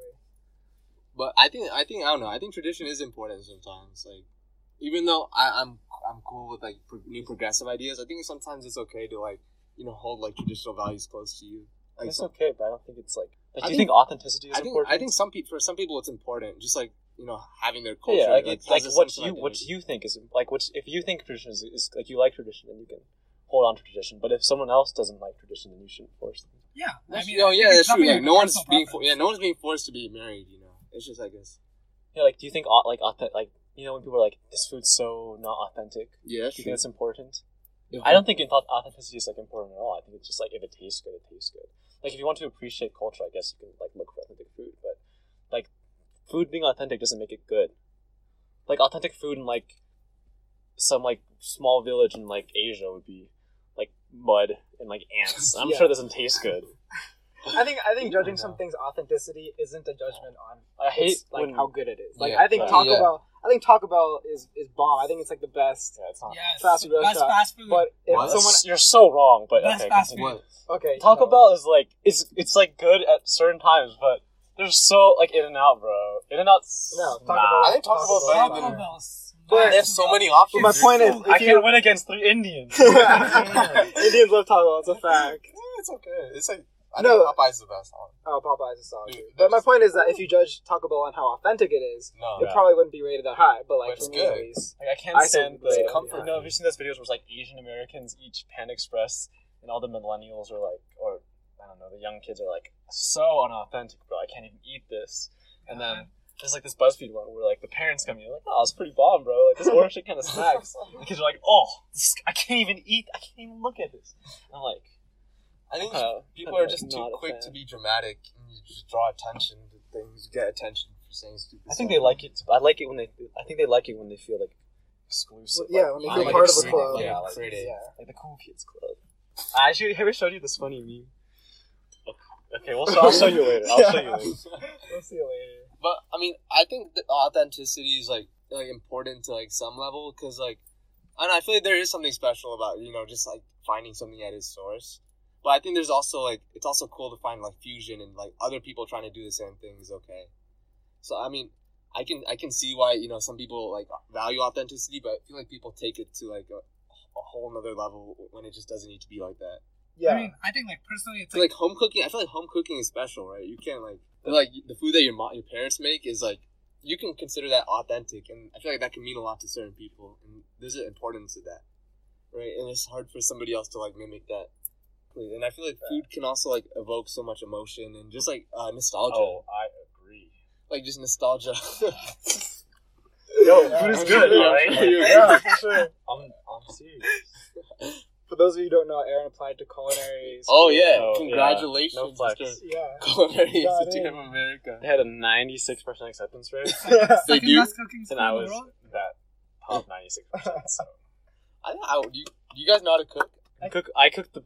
Speaker 2: But I think I think I don't know. I think tradition is important sometimes. Like, even though I, I'm I'm cool with like pro- new progressive ideas, I think sometimes it's okay to like you know hold like traditional values close to you. Like,
Speaker 6: It's
Speaker 2: some,
Speaker 6: okay, but I don't think it's like. like
Speaker 2: I
Speaker 6: do you
Speaker 2: think-
Speaker 6: think authenticity is
Speaker 2: I think
Speaker 6: important?
Speaker 2: I think some people for some people it's important. Just like you know having their culture.
Speaker 6: Yeah, like, it's, like
Speaker 2: has a
Speaker 6: what
Speaker 2: sense
Speaker 6: you
Speaker 2: of
Speaker 6: what
Speaker 2: identity.
Speaker 6: you think is like what if you think tradition is, is like you like tradition then you can hold on to tradition, but if someone else doesn't like tradition then you shouldn't force them.
Speaker 3: Yeah,
Speaker 2: That's-
Speaker 3: I mean,
Speaker 2: oh
Speaker 3: I
Speaker 2: yeah,
Speaker 3: think
Speaker 2: that's
Speaker 3: it's
Speaker 2: true.
Speaker 3: definitely
Speaker 2: Like,
Speaker 3: a
Speaker 2: no one's
Speaker 3: personal
Speaker 2: being fo-
Speaker 3: preference.
Speaker 2: yeah, no one's being forced to be married. You know, it's just I guess.
Speaker 6: Yeah, like do you think au- like authentic, like you know when people are like this food's so not authentic?
Speaker 2: Yeah,
Speaker 6: Do you think that's important? I don't think in thought authenticity is like important at all. I think it's just like if it tastes good, it tastes good. Like if you want to appreciate culture, I guess you can like look for authentic food, but like food being authentic doesn't make it good. Like authentic food in like some like small village in like Asia would be like mud and like ants. I'm
Speaker 4: Yeah.
Speaker 6: sure it doesn't taste good.
Speaker 4: I think I think judging
Speaker 6: know.
Speaker 4: something's authenticity isn't a judgment on
Speaker 6: I hate
Speaker 4: it's, like
Speaker 6: when-
Speaker 4: how good it is. Like
Speaker 2: Yeah.
Speaker 4: I think
Speaker 6: Yeah.
Speaker 4: Taco
Speaker 2: Yeah.
Speaker 4: Bell. I think Taco Bell is is bomb. I think it's like the best.
Speaker 6: Yeah, it's not.
Speaker 3: Yes,
Speaker 4: Fast food
Speaker 3: best
Speaker 4: restaurant.
Speaker 3: fast food.
Speaker 4: But if
Speaker 2: What?
Speaker 4: someone
Speaker 6: That's- you're so wrong, but
Speaker 3: That's
Speaker 6: okay.
Speaker 3: fast
Speaker 6: continue.
Speaker 2: What?
Speaker 4: okay,
Speaker 6: Taco
Speaker 4: no.
Speaker 6: Bell is like it's it's like good at certain times, but they're so like In and Out, bro. In and Out.
Speaker 4: No, Taco
Speaker 6: nah.
Speaker 4: Bell.
Speaker 2: I think Taco Bell's better
Speaker 3: Taco
Speaker 2: than-
Speaker 4: better.
Speaker 3: Bell
Speaker 4: uh, But-
Speaker 2: They have
Speaker 3: smashes
Speaker 2: so
Speaker 3: it.
Speaker 2: many
Speaker 4: But
Speaker 2: options.
Speaker 4: my point is,
Speaker 6: I
Speaker 4: if
Speaker 6: can't
Speaker 4: you
Speaker 6: win against three Indians.
Speaker 4: Indians love Taco Bell. It's a fact.
Speaker 2: it's okay. It's like
Speaker 4: I think No.
Speaker 2: Popeye's the best.
Speaker 4: Oh, Popeyes is solid.
Speaker 2: Dude,
Speaker 4: too. But my point is that if you judge Taco Bell on how authentic it is,
Speaker 2: No,
Speaker 4: it probably wouldn't be rated that high. But
Speaker 2: But
Speaker 4: like
Speaker 2: it's
Speaker 4: for me at
Speaker 2: good.
Speaker 4: least,
Speaker 6: Like I can't
Speaker 4: I
Speaker 6: stand
Speaker 4: think it's
Speaker 6: the
Speaker 4: comfort
Speaker 6: You know, have you seen those videos where it's like Asian Americans eat Pan Express and all the millennials are like, or I don't know, the young kids are like, so unauthentic, bro. I can't even eat this. And
Speaker 4: Uh-huh.
Speaker 6: then there's like this BuzzFeed one where like the parents come in, like, oh, it's pretty bomb, bro. Like this orange shit kind of snacks. The kids are like, oh, this, I can't even eat. I can't even look at this. And I'm like,
Speaker 2: I think
Speaker 6: uh,
Speaker 2: people
Speaker 6: I'm,
Speaker 2: are
Speaker 6: like,
Speaker 2: just too
Speaker 6: not a
Speaker 2: quick to
Speaker 6: fan.
Speaker 2: be dramatic. And you just draw attention to things, get attention for saying stupid.
Speaker 6: I think they like it. I like it when they. I think they like it when they feel like exclusive.
Speaker 4: yeah,
Speaker 6: like,
Speaker 4: when they
Speaker 6: I'm,
Speaker 4: feel
Speaker 6: like,
Speaker 4: part of a
Speaker 6: excited,
Speaker 4: club.
Speaker 6: Yeah, like,
Speaker 2: creative.
Speaker 6: like the cool kids club. I actually have I showed you this funny meme. Okay, well, so I'll show you later. I'll show you later.
Speaker 4: we'll see you later.
Speaker 2: But I mean, I think that authenticity is like like important to like some level because like I don't know, I feel like there is something special about you know just like finding something at its source. But I think there's also like it's also cool to find like fusion and like other people trying to do the same thing is okay. So I mean, I can I can see why you know some people like value authenticity, but I feel like people take it to like a, a whole nother level when it just doesn't need to be like that.
Speaker 4: Yeah.
Speaker 3: I mean, I think like personally, it's
Speaker 2: So,
Speaker 3: like,
Speaker 2: like home cooking, I feel like home cooking is special, right? You can't like like the food that your mom, your parents make is like you can consider that authentic, and I feel like that can mean a lot to certain people, and there's an importance to that, right? And it's hard for somebody else to like mimic that. And I feel like food can also like evoke so much emotion and just like uh, nostalgia,
Speaker 6: Oh, I agree.
Speaker 2: like just nostalgia.
Speaker 6: Yo, food is good,
Speaker 2: Yeah,
Speaker 6: alright?
Speaker 2: sure,
Speaker 4: yeah, for sure.
Speaker 6: I'm, I'm serious.
Speaker 4: For those of you who don't know, Aaron applied to culinary.
Speaker 2: oh yeah!
Speaker 6: Oh, yeah. No
Speaker 2: Congratulations,
Speaker 6: flex.
Speaker 2: Mr.
Speaker 4: Yeah.
Speaker 2: Culinary
Speaker 4: Got
Speaker 2: Institute
Speaker 4: it.
Speaker 2: of America.
Speaker 6: They had a 96% acceptance rate,
Speaker 2: They
Speaker 3: second
Speaker 2: do?
Speaker 3: best cooking school
Speaker 6: and I
Speaker 3: in the
Speaker 6: was
Speaker 3: world.
Speaker 6: that top 96%. So.
Speaker 2: I, I do you, do you guys know how to cook?
Speaker 6: I cook. I cook the.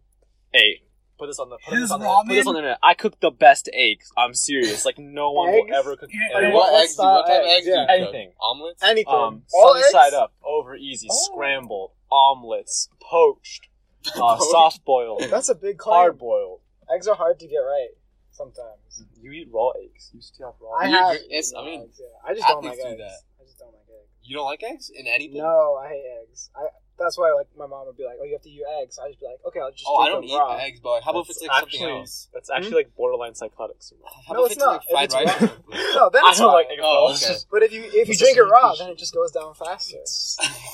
Speaker 6: Hey, put this on the. Put
Speaker 3: His
Speaker 6: this on the, put this
Speaker 3: ramen?
Speaker 6: on the internet. I cook the best eggs. I'm serious. Like no one
Speaker 4: Eggs?
Speaker 6: will ever cook
Speaker 3: Yeah,
Speaker 6: eggs.
Speaker 4: Like,
Speaker 2: what
Speaker 4: what
Speaker 2: eggs? do-
Speaker 4: style
Speaker 2: What type of
Speaker 4: eggs?
Speaker 2: eggs? do you
Speaker 4: Yeah.
Speaker 2: cook?
Speaker 6: Anything.
Speaker 2: Omelets.
Speaker 4: Anything.
Speaker 6: Um,
Speaker 4: All
Speaker 6: sunny side
Speaker 4: eggs?
Speaker 6: up, over easy,
Speaker 4: Oh.
Speaker 6: scrambled, omelets, poached, uh, soft boiled,
Speaker 4: That's a big claim.
Speaker 6: hard boiled.
Speaker 4: Eggs are hard to get right. sometimes.
Speaker 6: You eat raw eggs. You still have raw
Speaker 4: I
Speaker 6: eggs.
Speaker 2: You
Speaker 4: have.
Speaker 2: agree- it's- I mean,
Speaker 4: yeah. I just don't like
Speaker 2: athletes do
Speaker 4: eggs.
Speaker 2: that.
Speaker 4: I just don't like eggs.
Speaker 2: You don't like eggs in anything?
Speaker 4: No, I hate eggs. I. That's why like my mom would be like, "Oh, you have to eat your eggs." I just be like, "Okay, I'll just."
Speaker 2: oh, I
Speaker 4: eat
Speaker 2: don't
Speaker 4: them
Speaker 2: eat
Speaker 4: raw."
Speaker 2: eggs, but how about if
Speaker 6: That's
Speaker 2: it's like something
Speaker 6: actually-
Speaker 2: else? Hmm?
Speaker 6: That's actually like borderline psychotic. so-
Speaker 2: How about
Speaker 4: No, it's
Speaker 2: if
Speaker 4: not.
Speaker 2: it's like fried
Speaker 4: If
Speaker 2: rice?
Speaker 4: No, then
Speaker 6: I
Speaker 4: it's
Speaker 6: don't like
Speaker 4: fine.
Speaker 6: eggs.
Speaker 2: oh,
Speaker 6: It's
Speaker 2: okay.
Speaker 6: just-
Speaker 4: But if you if you
Speaker 6: It's
Speaker 4: drink it
Speaker 6: just
Speaker 4: raw,
Speaker 6: nutrition.
Speaker 4: then it just goes down faster.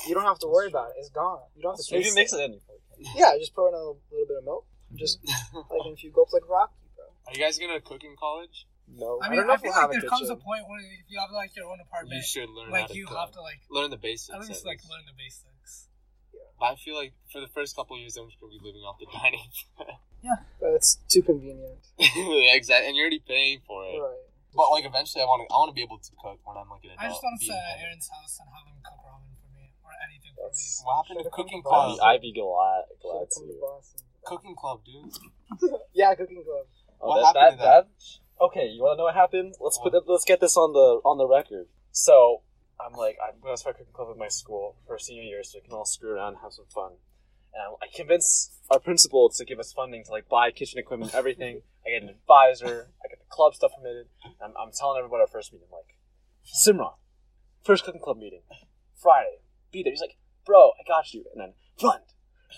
Speaker 4: You don't have to worry about it. It's gone. You don't have to
Speaker 6: Maybe
Speaker 4: taste
Speaker 6: mix it in.
Speaker 4: Yeah, just pour in a little, little bit of milk.
Speaker 2: Mhm.
Speaker 4: Just like in a few gulps, like Rocky, bro.
Speaker 2: Are you guys gonna cook in college?
Speaker 6: No.
Speaker 3: I
Speaker 4: I
Speaker 3: mean, I,
Speaker 4: don't know if we'll
Speaker 3: feel like
Speaker 4: have a
Speaker 3: there comes a
Speaker 4: kitchen.
Speaker 3: point where if you have like your own
Speaker 2: You
Speaker 3: apartment,
Speaker 2: should learn how
Speaker 3: like
Speaker 2: to
Speaker 3: you
Speaker 2: cook.
Speaker 3: have to like
Speaker 2: learn the basics.
Speaker 3: at least
Speaker 2: at
Speaker 3: like
Speaker 2: least.
Speaker 3: learn the basics.
Speaker 2: But I feel like for the first couple of years, I'm just gonna be living off the dining.
Speaker 4: But it's too convenient.
Speaker 2: yeah, exactly. And you're already paying for it.
Speaker 4: Right.
Speaker 2: But like eventually, I want to. I want to be able to cook when I'm like an adult.
Speaker 3: I just want to
Speaker 2: be
Speaker 3: sit
Speaker 2: independent.
Speaker 3: at Aaron's house and have him cook ramen for me or anything for me.
Speaker 6: That's-
Speaker 2: What happened to
Speaker 4: Should've come
Speaker 2: cooking
Speaker 4: to
Speaker 2: club?
Speaker 4: Boston.
Speaker 6: The Ivy glad, glad
Speaker 4: Should've
Speaker 6: to
Speaker 4: come to Boston.
Speaker 2: Cooking club, dude.
Speaker 4: Yeah, cooking club.
Speaker 6: Oh,
Speaker 2: What happened to that?
Speaker 6: Okay, you want to know what happened? Let's put it, let's get this on the on the record. So I'm like I'm gonna start cooking club at my school for senior year, so we can all screw around and have some fun. And I convince our principal to give us funding to like buy kitchen equipment, everything. I get an advisor. I get the club stuff permitted. I'm, I'm telling everybody our first meeting, like Simran, first cooking club meeting, Friday. Be there. He's like, bro, I got you. And then front,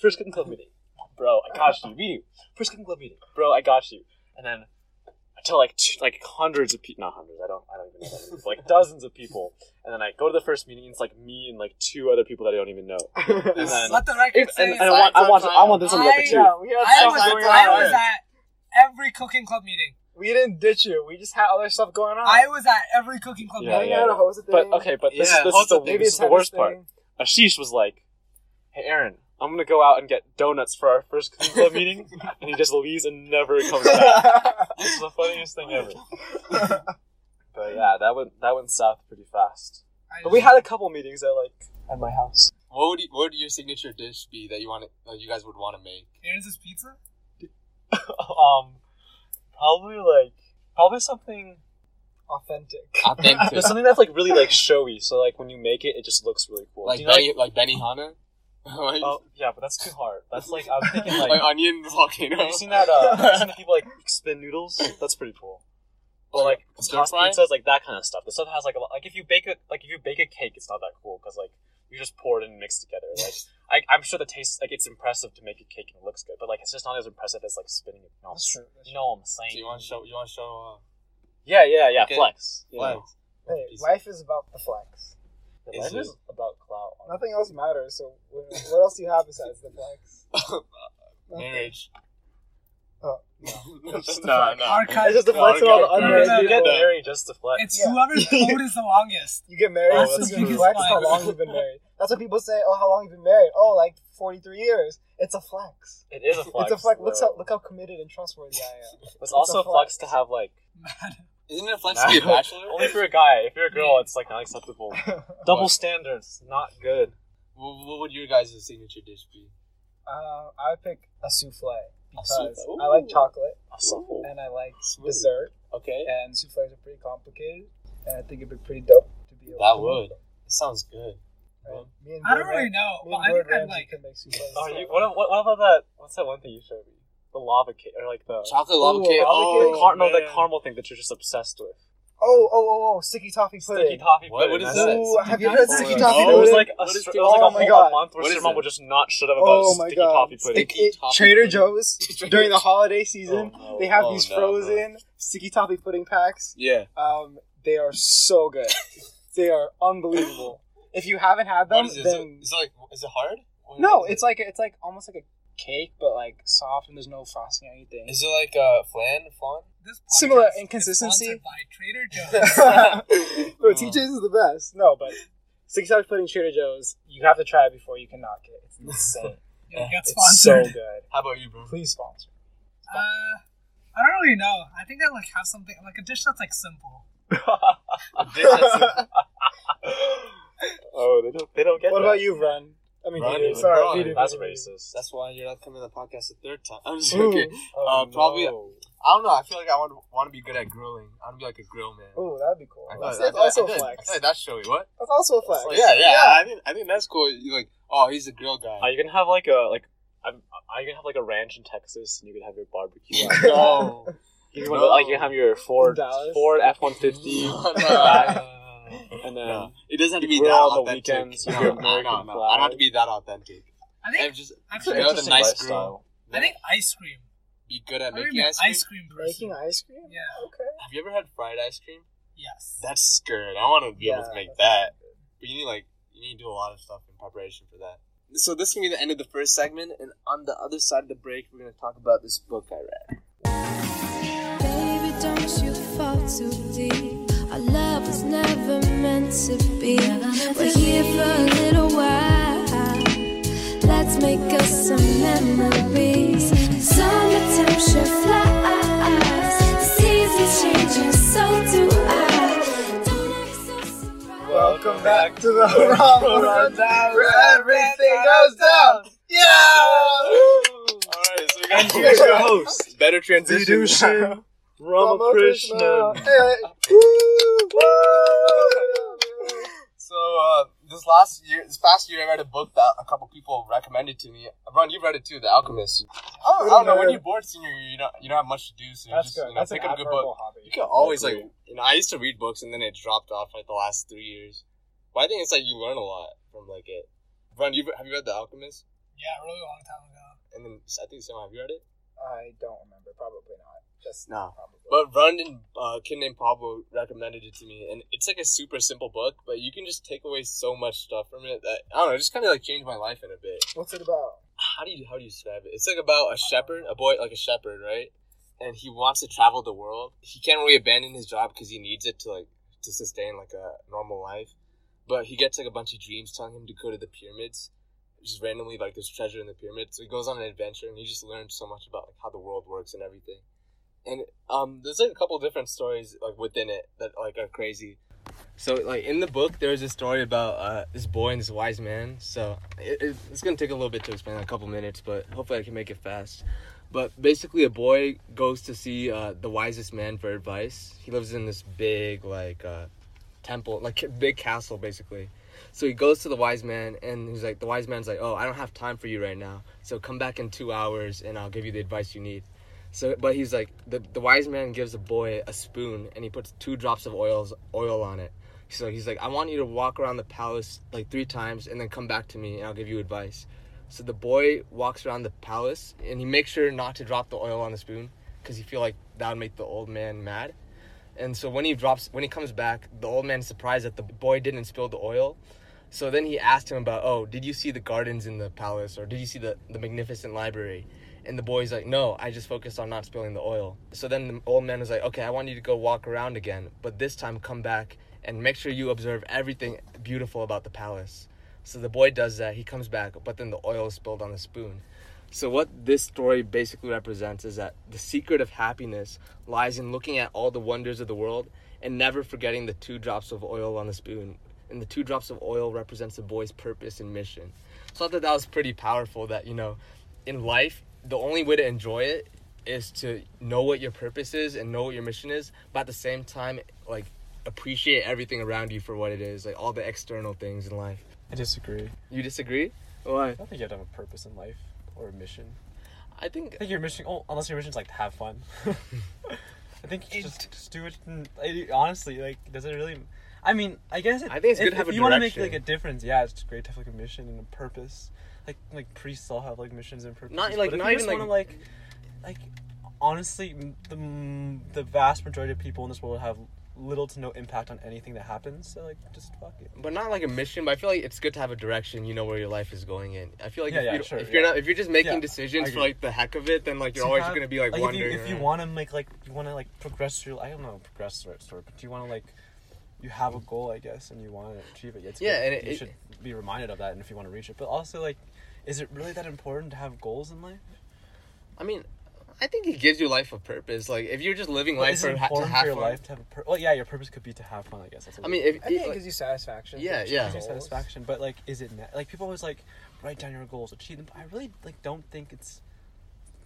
Speaker 6: first cooking club meeting, bro, I got you. Meet you. First cooking club meeting, bro, I got you. And then until like two, like hundreds of people, not hundreds. I don't I don't even know that many, but, like dozens of people. And then I go to the first meeting. and It's like me and like two other people that I don't even know. And then
Speaker 3: Let the record
Speaker 6: and,
Speaker 3: say.
Speaker 6: and I want I want I want this on the record
Speaker 3: I-
Speaker 6: too.
Speaker 4: we had
Speaker 3: I
Speaker 4: stuff
Speaker 3: was,
Speaker 4: going
Speaker 3: I
Speaker 4: on.
Speaker 3: was at every cooking club meeting.
Speaker 4: We didn't ditch you. We just had other stuff going on.
Speaker 3: I was at every cooking club
Speaker 6: Yeah,
Speaker 4: yeah,
Speaker 3: meeting.
Speaker 6: yeah,
Speaker 4: had a
Speaker 6: yeah.
Speaker 4: hose thing.
Speaker 6: But okay, but this,
Speaker 2: Yeah,
Speaker 6: is this is
Speaker 2: hold
Speaker 6: the
Speaker 2: the thing.
Speaker 4: maybe
Speaker 6: this
Speaker 4: it's
Speaker 6: is the worst
Speaker 4: thing.
Speaker 6: part. Ashish was like, "Hey, Aaron, I'm gonna go out and get donuts for our first cooking club meeting," and he just leaves and never comes back. This is the funniest thing ever. But yeah, that went that went south pretty fast.
Speaker 3: I
Speaker 6: But we had a couple meetings at like at my house.
Speaker 2: What would you, what would your signature dish be that you want to, that you guys would want to make?
Speaker 3: Aaron's is pizza.
Speaker 6: um, probably like probably something
Speaker 4: Authentic.
Speaker 2: Authentic,
Speaker 6: something that's like really like showy. So like when you make it, it just looks really cool. Do
Speaker 2: like
Speaker 6: you know,
Speaker 2: Benny, like Benihana, like,
Speaker 6: oh yeah, but that's too hard. That's like I'm thinking
Speaker 2: like,
Speaker 6: like.
Speaker 2: onion volcano,
Speaker 6: Have you seen that? Uh, have you seen the people like spin noodles? That's pretty cool. Or like
Speaker 2: stir
Speaker 6: pasta
Speaker 2: fry.
Speaker 6: pizzas, like that kind of stuff. The stuff has like a lot. Like if you bake a like if you bake a cake, it's not that cool because like you just pour it in and mix together. Like I, I'm sure the taste like it's impressive to make a cake and it looks good, but like it's just not as impressive as like spinning it. No,
Speaker 4: That's true.
Speaker 6: you know what I'm saying?
Speaker 2: So you want to show? You want to show? uh,
Speaker 6: Yeah, yeah, yeah.
Speaker 2: Okay.
Speaker 6: Flex.
Speaker 2: Uh,
Speaker 6: Yeah.
Speaker 2: flags?
Speaker 4: Hey, life is about the flex.
Speaker 6: The
Speaker 2: Is
Speaker 6: life is
Speaker 2: it-
Speaker 6: about clout.
Speaker 4: Nothing else matters. So what what else do you have besides the flex? Nothing.
Speaker 2: marriage.
Speaker 4: Oh.
Speaker 2: Just the
Speaker 6: No,
Speaker 2: flag.
Speaker 6: no.
Speaker 3: Our
Speaker 4: It's
Speaker 3: cousin.
Speaker 4: just the
Speaker 2: No,
Speaker 4: flex of all the
Speaker 2: okay.
Speaker 4: unmarried
Speaker 3: No, no,
Speaker 6: You get
Speaker 4: people.
Speaker 6: married just to flex.
Speaker 3: It's
Speaker 4: Yeah.
Speaker 3: whoever's coat is the longest.
Speaker 4: You get married.
Speaker 6: Oh,
Speaker 4: so
Speaker 6: that's
Speaker 4: you get
Speaker 6: true.
Speaker 4: flex how long you've been married. That's what people say. Oh, how long you been married? Oh, like forty-three years. It's a flex.
Speaker 6: it is a flex.
Speaker 4: it's a flex. Look
Speaker 6: though.
Speaker 4: how look how committed and trustworthy I am.
Speaker 6: It's also a
Speaker 4: it's a
Speaker 6: flex to have like
Speaker 2: Isn't it a flex to be a
Speaker 6: Nah.
Speaker 2: bachelor?
Speaker 6: only if you're a guy. If you're a girl, it's like not acceptable. Double
Speaker 2: What?
Speaker 6: standards, not good.
Speaker 2: What, what would your guys' signature dish be?
Speaker 4: Uh, I would pick a souffle because
Speaker 2: souffle.
Speaker 4: I like chocolate
Speaker 6: Awesome.
Speaker 4: and I like
Speaker 2: Sweet.
Speaker 4: dessert,
Speaker 2: Okay,
Speaker 4: and souffles are pretty complicated, and I think it'd be pretty dope to be. able
Speaker 2: that
Speaker 4: to
Speaker 2: would.
Speaker 4: make them.
Speaker 2: It sounds good.
Speaker 4: Right? Me and
Speaker 3: I
Speaker 4: Gordon
Speaker 3: don't really
Speaker 4: Ram-
Speaker 3: know,
Speaker 4: Me and
Speaker 3: but I think
Speaker 4: Gordon
Speaker 3: I'd
Speaker 4: Ramsay
Speaker 3: like.
Speaker 4: can make souffles.
Speaker 6: Oh, you, what, what, what about that? What's that one thing you showed me? The lava cake, or like the
Speaker 2: Chocolate lava
Speaker 4: Ooh,
Speaker 2: cake.
Speaker 4: lava
Speaker 2: Oh,
Speaker 4: cake?
Speaker 6: the car- no, the
Speaker 2: man.
Speaker 6: caramel thing that you're just obsessed with.
Speaker 4: oh, oh, oh, oh, sticky toffee pudding.
Speaker 6: Sticky toffee
Speaker 2: What-
Speaker 6: pudding.
Speaker 2: what is
Speaker 6: that's
Speaker 2: that?
Speaker 6: it.
Speaker 4: Ooh, have you heard
Speaker 3: Sticky
Speaker 2: toffee
Speaker 4: sticky toffee
Speaker 2: pudding?
Speaker 6: No, it was like a,
Speaker 2: What is
Speaker 6: str-
Speaker 2: sticky
Speaker 6: it was like a
Speaker 4: toffee?
Speaker 6: whole
Speaker 4: Oh my
Speaker 6: a
Speaker 4: God.
Speaker 6: month where
Speaker 2: What is
Speaker 6: Sir Mom
Speaker 2: it?
Speaker 6: would just not shut up about
Speaker 4: Oh my
Speaker 6: sticky
Speaker 4: god!
Speaker 6: toffee pudding.
Speaker 4: Sticky-
Speaker 2: toffee
Speaker 4: Trader
Speaker 2: pudding.
Speaker 4: Joe's during the holiday season,
Speaker 6: Oh, no.
Speaker 4: they have
Speaker 2: Oh,
Speaker 4: these
Speaker 2: no,
Speaker 4: frozen sticky toffee pudding packs.
Speaker 2: Yeah.
Speaker 4: Um, they are so good. they are unbelievable. If you haven't had them,
Speaker 2: What is it? Is it-
Speaker 4: then
Speaker 2: is it like is it hard? Or
Speaker 4: no,
Speaker 2: is it-
Speaker 4: it's like it's like almost like a cake, but like soft and there's no frosting or anything.
Speaker 2: Is it like uh flan flan?
Speaker 3: This podcast
Speaker 4: Similar
Speaker 3: is
Speaker 4: inconsistency.
Speaker 3: sponsored by Trader Joe's.
Speaker 4: Bro, TJ's is the best. No, but sticky toffee pudding Trader Joe's, you have to try it before you can knock it. It's insane.
Speaker 3: You know, get
Speaker 4: it's so
Speaker 3: sponsored.
Speaker 4: good.
Speaker 2: How about you, bro?
Speaker 4: Please sponsor.
Speaker 3: uh, I don't really know. I think I like have something like a dish that's like simple.
Speaker 6: oh, they don't. They don't get.
Speaker 4: What
Speaker 6: that.
Speaker 4: about you, Run? I mean,
Speaker 2: Run
Speaker 4: you,
Speaker 2: is
Speaker 4: sorry,
Speaker 2: Run.
Speaker 4: you do-
Speaker 6: That's
Speaker 4: you do.
Speaker 6: racist.
Speaker 2: That's why you're not coming to the podcast a third time. I'm just
Speaker 4: Ooh.
Speaker 2: joking.
Speaker 6: Oh,
Speaker 2: uh, probably-
Speaker 6: no.
Speaker 2: I don't know. I feel like I want want to be good at grilling. I want to be like a grill man.
Speaker 4: Oh, that'd be cool.
Speaker 2: I feel
Speaker 4: That's,
Speaker 2: like- I
Speaker 4: that's
Speaker 2: feel like-
Speaker 4: also
Speaker 2: I
Speaker 4: a
Speaker 2: feel like- I
Speaker 4: flex.
Speaker 2: feel like that's showy. What?
Speaker 4: That's also a flex.
Speaker 2: yeah, yeah, I think I think that's cool. You're like, oh, he's a grill guy.
Speaker 6: Are you gonna have like a like? I'm, are you gonna have like a ranch in Texas, and you could have your barbecue? out?
Speaker 2: no,
Speaker 6: You can, like you can have your Ford
Speaker 4: Dallas?
Speaker 6: Ford F one fifty,
Speaker 2: No.
Speaker 6: and then
Speaker 5: No.
Speaker 2: it doesn't have to be
Speaker 6: We're
Speaker 2: that
Speaker 6: on the
Speaker 2: authentic.
Speaker 6: weekends,
Speaker 2: no,
Speaker 6: you
Speaker 2: no,
Speaker 6: hear
Speaker 2: no,
Speaker 6: American
Speaker 2: no, I don't have to be that authentic.
Speaker 3: I
Speaker 2: I have
Speaker 3: think
Speaker 2: just
Speaker 3: actually,
Speaker 2: Yeah,
Speaker 3: I
Speaker 2: that's
Speaker 3: think-
Speaker 2: a nice
Speaker 6: lifestyle.
Speaker 3: I think ice cream.
Speaker 2: be good at
Speaker 3: I'm gonna
Speaker 2: making
Speaker 3: be an
Speaker 2: ice cream.
Speaker 3: ice cream person.
Speaker 4: Making ice cream?
Speaker 3: Yeah.
Speaker 4: Okay.
Speaker 2: Have you ever had fried ice cream?
Speaker 3: Yes.
Speaker 2: That's good. I want to be able
Speaker 4: Yeah,
Speaker 2: to make that. But you need like you need to do a lot of stuff in preparation for that. So this can be the end of the first segment, and on the other side of the break, we're going to talk about this book I read.
Speaker 1: Baby, don't you fall too deep. Our love was never meant to be. We're here for a little while. Let's make us some memories. Summertime should fly. The seasons changing, so do I. Don't act so surprised.
Speaker 4: Welcome back to the Ramadan where everything goes down. Yeah!
Speaker 2: All right, so we
Speaker 5: And
Speaker 2: got
Speaker 5: here's your host,
Speaker 2: better transition.
Speaker 5: Vidushin
Speaker 4: Ramakrishna.
Speaker 5: Ramakrishnan.
Speaker 4: Hey.
Speaker 2: So uh, this last year, this past year, I read a book that a couple people recommended to me. Ron, you've read it too, The
Speaker 4: Oh,
Speaker 2: Alchemist. I don't, I don't know. When you're bored senior year, you don't you don't have much to do, so you
Speaker 4: That's
Speaker 2: just
Speaker 4: good.
Speaker 2: you know,
Speaker 4: That's an
Speaker 2: pick up a good book. You
Speaker 4: admirable hobby.
Speaker 2: can always like you know, I used to read books and then it dropped off like the last three years. But I think it's like you learn a lot from like it. Ron, you have you read The Alchemist?
Speaker 3: Yeah, a really long time ago.
Speaker 2: And then I think Sam, have you read it?
Speaker 4: I don't remember. Probably not. Just
Speaker 2: No.
Speaker 4: Probably.
Speaker 2: But Ron and uh, a kid named Pablo recommended it to me, and it's like a super simple book, but you can just take away so much stuff from it that I don't know. It just kind of like changed my life in a bit.
Speaker 4: What's it about?
Speaker 2: How do you how do you describe it? It's like about a shepherd, a boy like a shepherd, right? And he wants to travel the world. He can't really abandon his job because he needs it to like to sustain like a normal life. But he gets like a bunch of dreams telling him to go to the pyramids. Just randomly, like there's treasure in the pyramids. So he goes on an adventure, and he just learns so much about like how the world works and everything. And um, there's like a couple different stories like within it that like are crazy. So like in the book, there's a story about uh, this boy and this wise man. So it, it, it's gonna take a little bit to explain, a couple minutes, but hopefully I can make it fast. But basically, a boy goes to see uh, the wisest man for advice. He lives in this big like uh, temple, like a big castle, basically. So he goes to the wise man, and he's like, the wise man's like, oh, I don't have time for you right now. So come back in two hours, and I'll give you the advice you need. So, but he's like, the, the wise man gives a boy a spoon, and he puts two drops of oils oil on it. So he's like, I want you to walk around the palace like three times, and then come back to me, and I'll give you advice. So the boy walks around the palace, and he makes sure not to drop the oil on the spoon, because he feel like that would make the old man mad. And so when he drops, when he comes back, the old man's surprised that the boy didn't spill the oil. So then he asked him about, oh, did you see the gardens in the palace or did you see the, the magnificent library? And the boy's like, no, I just focused on not spilling the oil. So then the old man was like, okay, I want you to go walk around again, but this time come back and make sure you observe everything beautiful about the palace. So the boy does that, he comes back, but then the oil is spilled on the spoon. So, what this story basically represents is that the secret of happiness lies in looking at all the wonders of the world and never forgetting the two drops of oil on the spoon. And the two drops of oil represents the boy's purpose and mission. So, I thought that was pretty powerful that, you know, in life, the only way to enjoy it is to know what your purpose is and know what your mission is, but at the same time, like, appreciate everything around you for what it is, like all the external things in life.
Speaker 6: I disagree.
Speaker 2: You disagree? Why?
Speaker 6: I don't think you have to have a purpose in life or a mission.
Speaker 2: I think
Speaker 6: I think your mission, oh, unless your mission is like to have fun. I think you should just, just do it. And, I- honestly, like, does it really? I mean, I guess it,
Speaker 2: I think it's
Speaker 6: if,
Speaker 2: good to have
Speaker 6: if
Speaker 2: a
Speaker 6: you want to make like
Speaker 2: direction.
Speaker 6: a difference. Yeah, it's great to have like a mission and a purpose. Like like priests all have like missions and purposes.
Speaker 2: like-
Speaker 6: but if
Speaker 2: not
Speaker 6: you
Speaker 2: even,
Speaker 6: just
Speaker 2: like-
Speaker 6: want to like like honestly, m- the m- the vast majority of people in this world have little to no impact on anything that happens. So like, just fuck it.
Speaker 2: but not like a mission. But I feel like it's good to have a direction. You know where your life is going in. I feel like
Speaker 6: Yeah,
Speaker 2: if,
Speaker 6: yeah,
Speaker 2: you,
Speaker 6: sure,
Speaker 2: if you're
Speaker 6: yeah.
Speaker 2: not, if you're just making
Speaker 6: Yeah,
Speaker 2: decisions
Speaker 6: I
Speaker 2: for
Speaker 6: agree.
Speaker 2: like the heck of it, then like you're
Speaker 6: to
Speaker 2: always
Speaker 6: have-
Speaker 2: gonna be like,
Speaker 6: if you,
Speaker 2: wondering. uh,
Speaker 6: if you
Speaker 2: around.
Speaker 6: want to make like you want to like progress through I don't know progress through it story, but you want to like you have a goal I guess and you want to achieve it. It's
Speaker 2: Yeah,
Speaker 6: good.
Speaker 2: and it-
Speaker 6: you
Speaker 2: it-
Speaker 6: should be reminded of that, and if you want to reach it, but also like, is it really that important to have goals in life?
Speaker 2: I mean, I think it gives your life a purpose. Like if you're just living
Speaker 6: Like,
Speaker 2: life
Speaker 6: is
Speaker 2: for
Speaker 6: it
Speaker 2: ha- to
Speaker 6: important
Speaker 2: have
Speaker 6: for your
Speaker 2: fun.
Speaker 6: life to have a pur- well, yeah, your purpose could be to have fun. I guess. That's what
Speaker 2: I mean, if,
Speaker 4: I think it
Speaker 2: like,
Speaker 4: gives you satisfaction.
Speaker 2: Yeah,
Speaker 4: Gives
Speaker 2: yeah.
Speaker 6: gives you
Speaker 4: goals.
Speaker 6: satisfaction, but like, is it ne- like people always like write down your goals, achieve them? But I really like don't think it's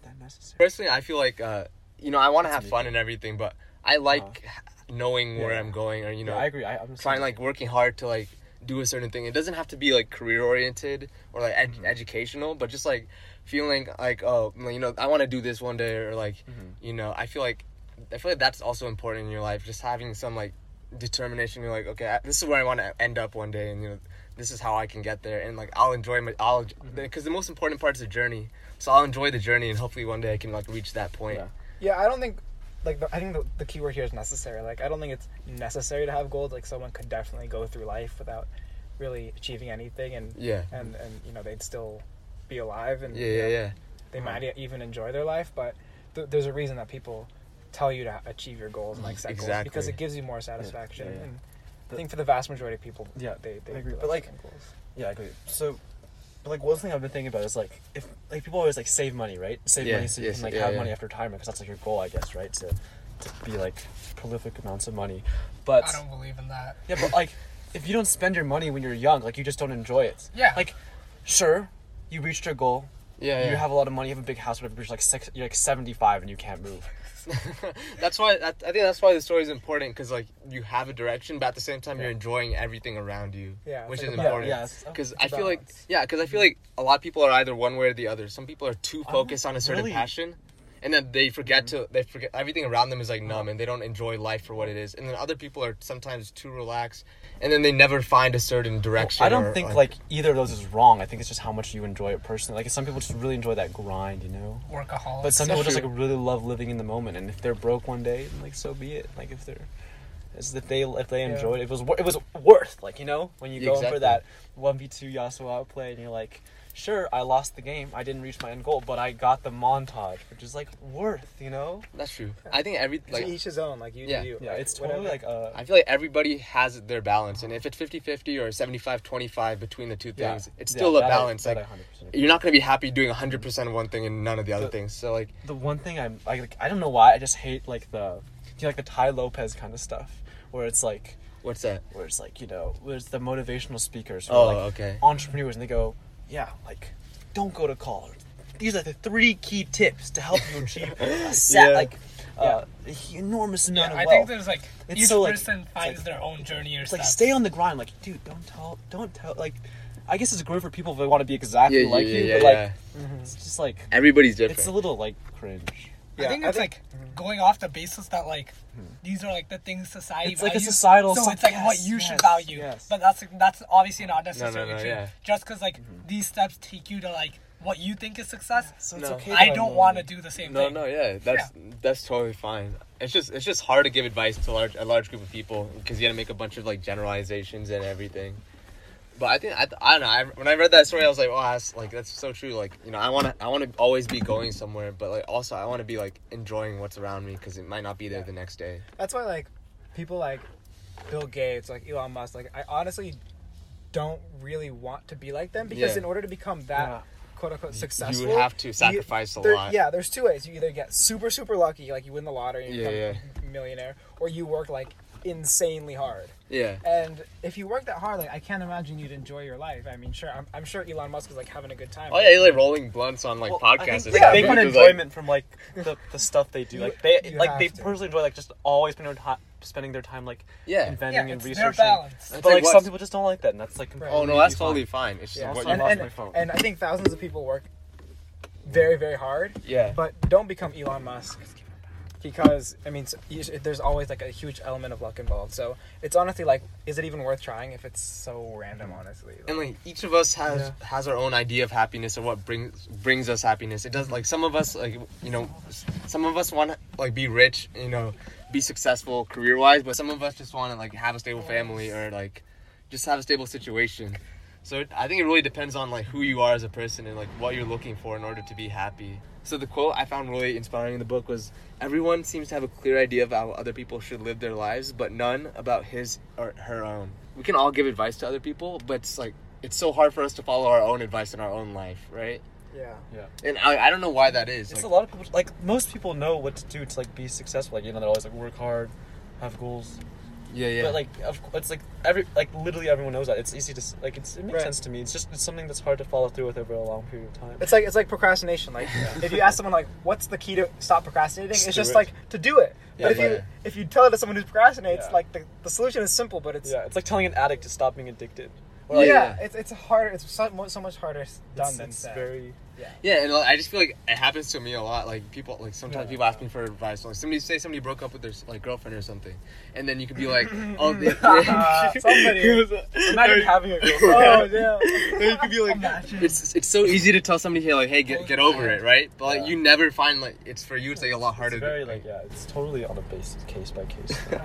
Speaker 6: that necessary.
Speaker 2: personally, I feel like uh, you know I want to have
Speaker 6: me.
Speaker 2: fun and everything, but I like knowing where
Speaker 6: Uh-huh. Yeah.
Speaker 2: I'm going or you know
Speaker 6: Yeah, I agree. I, I'm just
Speaker 2: trying like working hard to like do a certain thing. It doesn't have to be like career oriented or like
Speaker 6: Mm-hmm.
Speaker 2: ed- educational, but
Speaker 6: Mm-hmm.
Speaker 2: just like feeling like oh you know I want to do this one day or like you know I feel like I feel like that's also important in your life. Just having some like determination. You're like, okay, I- this is where I want to end up one day, and you know, this is how I can get there. And like, I'll enjoy my, I'll, because the most important part is the journey. So I'll enjoy the journey, and hopefully one day I can like reach that point.
Speaker 7: Yeah.
Speaker 4: Yeah, I don't think like the, I think the, the key word here is necessary. Like I don't think it's necessary to have goals. Like someone could definitely go through life without really achieving anything, and
Speaker 2: Yeah.
Speaker 4: and and you know they'd still be alive, and
Speaker 2: Yeah,
Speaker 4: you
Speaker 2: yeah,
Speaker 4: know,
Speaker 2: yeah.
Speaker 4: they might e- even enjoy their life. But th- there's a reason that people tell you to ha- achieve your goals and like set goals because
Speaker 2: Exactly.
Speaker 4: it gives you more satisfaction.
Speaker 7: yeah.
Speaker 4: And I
Speaker 6: But-
Speaker 4: think for the vast majority of people,
Speaker 6: Yeah,
Speaker 4: they, they
Speaker 6: I agree.
Speaker 4: do
Speaker 6: But, like,
Speaker 4: setting goals.
Speaker 6: Yeah, I agree. So, but like one thing I've been thinking about is like if like people always like save money, right? Save
Speaker 2: Yeah,
Speaker 6: money so you
Speaker 2: yes,
Speaker 6: can like
Speaker 2: yeah,
Speaker 6: have
Speaker 2: yeah.
Speaker 6: money after retirement because that's like your goal, I guess, right? To to be like prolific amounts of money, but
Speaker 3: I don't believe in that.
Speaker 6: yeah, but like if you don't spend your money when you're young, like you just don't enjoy it.
Speaker 3: Yeah.
Speaker 6: Like, sure, you reached your goal.
Speaker 2: Yeah, yeah.
Speaker 6: You have a lot of money, you have a big house, whatever. But you're like six, you're like seventy five and you can't move.
Speaker 2: that's why I, I think that's why the story is important because like you have a direction, but at the same time you're enjoying everything around you,
Speaker 4: Yeah, it's
Speaker 2: which
Speaker 4: like
Speaker 2: is
Speaker 4: a
Speaker 6: balance.
Speaker 2: important.
Speaker 6: Yeah, it's-
Speaker 2: because
Speaker 4: it's a
Speaker 2: I feel like
Speaker 4: balance.
Speaker 2: yeah, because I feel like a lot of people are either one way or the other. Some people are too focused on a certain
Speaker 6: Uh-huh. really- Mm-hmm.
Speaker 2: passion, and then they forget to they forget everything around them is like
Speaker 6: Uh-huh.
Speaker 2: numb, and they don't enjoy life for what it is. And then other people are sometimes too relaxed, and then they never find a certain direction.
Speaker 6: I don't
Speaker 2: or-
Speaker 6: think
Speaker 2: or-
Speaker 6: like either of those is wrong. I think it's just how much you enjoy it personally. Like some people just really enjoy that grind, you know.
Speaker 3: Workaholics.
Speaker 6: But some people just like really love living in the moment, and if they're broke one day, then, like so be it. Like if they're, it's that they if they enjoyed it, it was wor- it was worth. Like you know when you
Speaker 2: Yeah,
Speaker 6: go in
Speaker 2: exactly.
Speaker 6: for that one v two Yasuo outplay, and you're like, sure, I lost the game, I didn't reach my end goal, but I got the montage, which is like worth. You know,
Speaker 2: that's true. I think every
Speaker 4: To
Speaker 2: like
Speaker 4: each his own. Like you
Speaker 2: Yeah.
Speaker 4: do you.
Speaker 6: yeah,
Speaker 4: like,
Speaker 6: it's totally
Speaker 4: whatever.
Speaker 6: like uh,
Speaker 2: I feel like everybody has their balance, and if it's 50-50 or 75-25 between the two
Speaker 6: yeah,
Speaker 2: things, it's
Speaker 6: yeah,
Speaker 2: still
Speaker 6: that
Speaker 2: a
Speaker 6: I-
Speaker 2: balance.
Speaker 6: that I
Speaker 2: like
Speaker 6: 100% agree.
Speaker 2: you're not gonna be happy doing 100% of one thing and none of the other
Speaker 6: The-
Speaker 2: things. So like,
Speaker 6: the one thing I'm I, like I don't know why I just hate like the you know, like the Ty Lopez kind of stuff where it's like
Speaker 2: what's that?
Speaker 6: where it's like you know where it's the motivational speakers who
Speaker 2: Oh,
Speaker 6: are like
Speaker 2: okay.
Speaker 6: entrepreneurs and they go yeah like don't go to college these are the three key tips to help you achieve a set
Speaker 2: Yeah.
Speaker 6: like uh, a enormous amount
Speaker 3: Yeah,
Speaker 6: of
Speaker 3: I
Speaker 6: wealth
Speaker 3: think there's like
Speaker 6: It's
Speaker 3: each
Speaker 6: so, like-
Speaker 3: person
Speaker 6: it's
Speaker 3: finds
Speaker 6: like-
Speaker 3: their own journey or
Speaker 6: it's like
Speaker 3: stuff.
Speaker 6: stay on the grind like dude don't tell don't tell like I guess it's great for people if they want to be exactly like you but like it's just like
Speaker 2: Everybody's different.
Speaker 6: it's a little like cringe
Speaker 3: I think it's like going off the basis that like these are like the things society.
Speaker 6: Hmm. It's like a
Speaker 3: values,
Speaker 6: societal
Speaker 3: So
Speaker 6: so-
Speaker 3: it's like what
Speaker 6: yes,
Speaker 3: you should
Speaker 6: yes,
Speaker 3: value.
Speaker 6: yes.
Speaker 3: But that's like, that's obviously not necessarily
Speaker 2: no,
Speaker 3: true.
Speaker 2: yeah.
Speaker 3: Just because like these steps take you to like what you think is success.
Speaker 6: Mm-hmm. so it's
Speaker 2: No.
Speaker 6: okay
Speaker 3: I don't want to
Speaker 6: to
Speaker 3: do the same
Speaker 2: no,
Speaker 3: thing.
Speaker 2: no, yeah, that's that's totally fine. It's just it's just hard to give advice to large a large group of people because you got to make a bunch of like generalizations and everything. But I think I, I don't know. I, when I read that story, I was like, oh, that's like that's so true. Like you know, I want to I want to always be going somewhere, but like also I want to be like enjoying what's around me because it might not be there the next day.
Speaker 4: That's why like people like Bill Gates, like Elon Musk, like I honestly don't really want to be like them because
Speaker 2: Yeah.
Speaker 4: in order to become that
Speaker 6: Yeah.
Speaker 4: quote unquote successful,
Speaker 2: you would have to sacrifice a
Speaker 4: there-
Speaker 2: lot.
Speaker 4: Yeah, there's two ways. You either get super super lucky, like you win the lottery, and you
Speaker 2: Yeah,
Speaker 4: become a millionaire, or you work like insanely hard.
Speaker 2: yeah,
Speaker 4: And if you work that hard, like I can't imagine you'd enjoy your life. I mean, sure, I'm, I'm sure Elon Musk is like having a good time.
Speaker 2: Oh yeah, you're like rolling blunts on like
Speaker 6: Well, I
Speaker 2: podcasts.
Speaker 6: think
Speaker 2: and
Speaker 6: they
Speaker 2: stuff, which
Speaker 6: get an
Speaker 2: is, like-
Speaker 6: enjoyment from like the, the stuff they do. Like they
Speaker 4: You
Speaker 6: like
Speaker 4: have
Speaker 6: they
Speaker 4: to.
Speaker 6: personally enjoy like just always spending their time spending their time like
Speaker 2: Yeah.
Speaker 6: inventing
Speaker 3: Yeah,
Speaker 6: and
Speaker 3: it's their
Speaker 6: researching.
Speaker 3: balance.
Speaker 6: But
Speaker 2: like
Speaker 6: like
Speaker 2: what-
Speaker 6: some people just don't like that, and that's like
Speaker 2: Oh no,
Speaker 6: completely
Speaker 2: that's
Speaker 6: fine.
Speaker 2: totally fine. It's just
Speaker 6: Yeah,
Speaker 2: what
Speaker 6: also
Speaker 2: you
Speaker 4: and,
Speaker 6: lost
Speaker 4: and,
Speaker 6: my phone.
Speaker 4: and I think thousands of people work very very hard.
Speaker 2: yeah.
Speaker 4: But don't become Elon Musk because I mean, s- you sh- there's always like a huge element of luck involved. So it's honestly like, is it even worth trying if it's so random? Honestly, Like,
Speaker 2: and like each of us has has our own idea of happiness or what brings brings us happiness it does like some of us like you know s- some of us want to like be rich you know be successful career wise but some of us just want to like have a stable family or like just have a stable situation so it, i think it really depends on like who you are as a person and like what you're looking for in order to be happy so the quote i found really inspiring in the book was everyone seems to have a clear idea of how other people should live their lives but none about his or her own we can all give advice to other people, but it's like it's so hard for us to follow our own advice in our own life, right?
Speaker 4: yeah.
Speaker 2: And I, I don't know why that is.
Speaker 6: It's
Speaker 2: Like,
Speaker 6: a lot of people like most people know what to do to like be successful. Like you know, they're always like work hard, have goals.
Speaker 2: yeah, yeah.
Speaker 6: But like, of, cou- it's like every like literally everyone knows that. It's easy to s- like it's, it makes
Speaker 4: Right.
Speaker 6: sense to me. It's just it's something that's hard to follow through with over a long period of time.
Speaker 4: It's like it's like procrastination. Like if you ask someone like, "What's the key to stop procrastinating?"
Speaker 6: Just
Speaker 4: it's
Speaker 6: do
Speaker 4: just
Speaker 6: it.
Speaker 4: like to do it.
Speaker 6: Yeah,
Speaker 4: but if you
Speaker 2: yeah.
Speaker 4: if you tell it to someone who procrastinates,
Speaker 6: Yeah.
Speaker 4: like the, the solution is simple, but it's
Speaker 6: yeah, it's like telling an addict to stop being addicted.
Speaker 4: yeah,
Speaker 2: yeah.
Speaker 4: it's it's harder. It's so, mu- so much harder s- done
Speaker 6: It's-
Speaker 4: than
Speaker 6: it's
Speaker 4: said.
Speaker 6: very
Speaker 4: Yeah.
Speaker 2: Yeah, and like, I just feel like it happens to me a lot. Like people, like sometimes people ask me for advice. Like somebody say somebody broke up with their like girlfriend or something, and then you could be like, oh, they,
Speaker 4: Uh, somebody. Imagine having a girlfriend. Oh,
Speaker 3: yeah.
Speaker 2: you could be like, it's it's so easy to tell somebody, hey, like, hey, get get over it, right? But like, you never find like it's for you. It's like a lot harder.
Speaker 6: It's very like yeah, it's totally on a basis case by case. thing.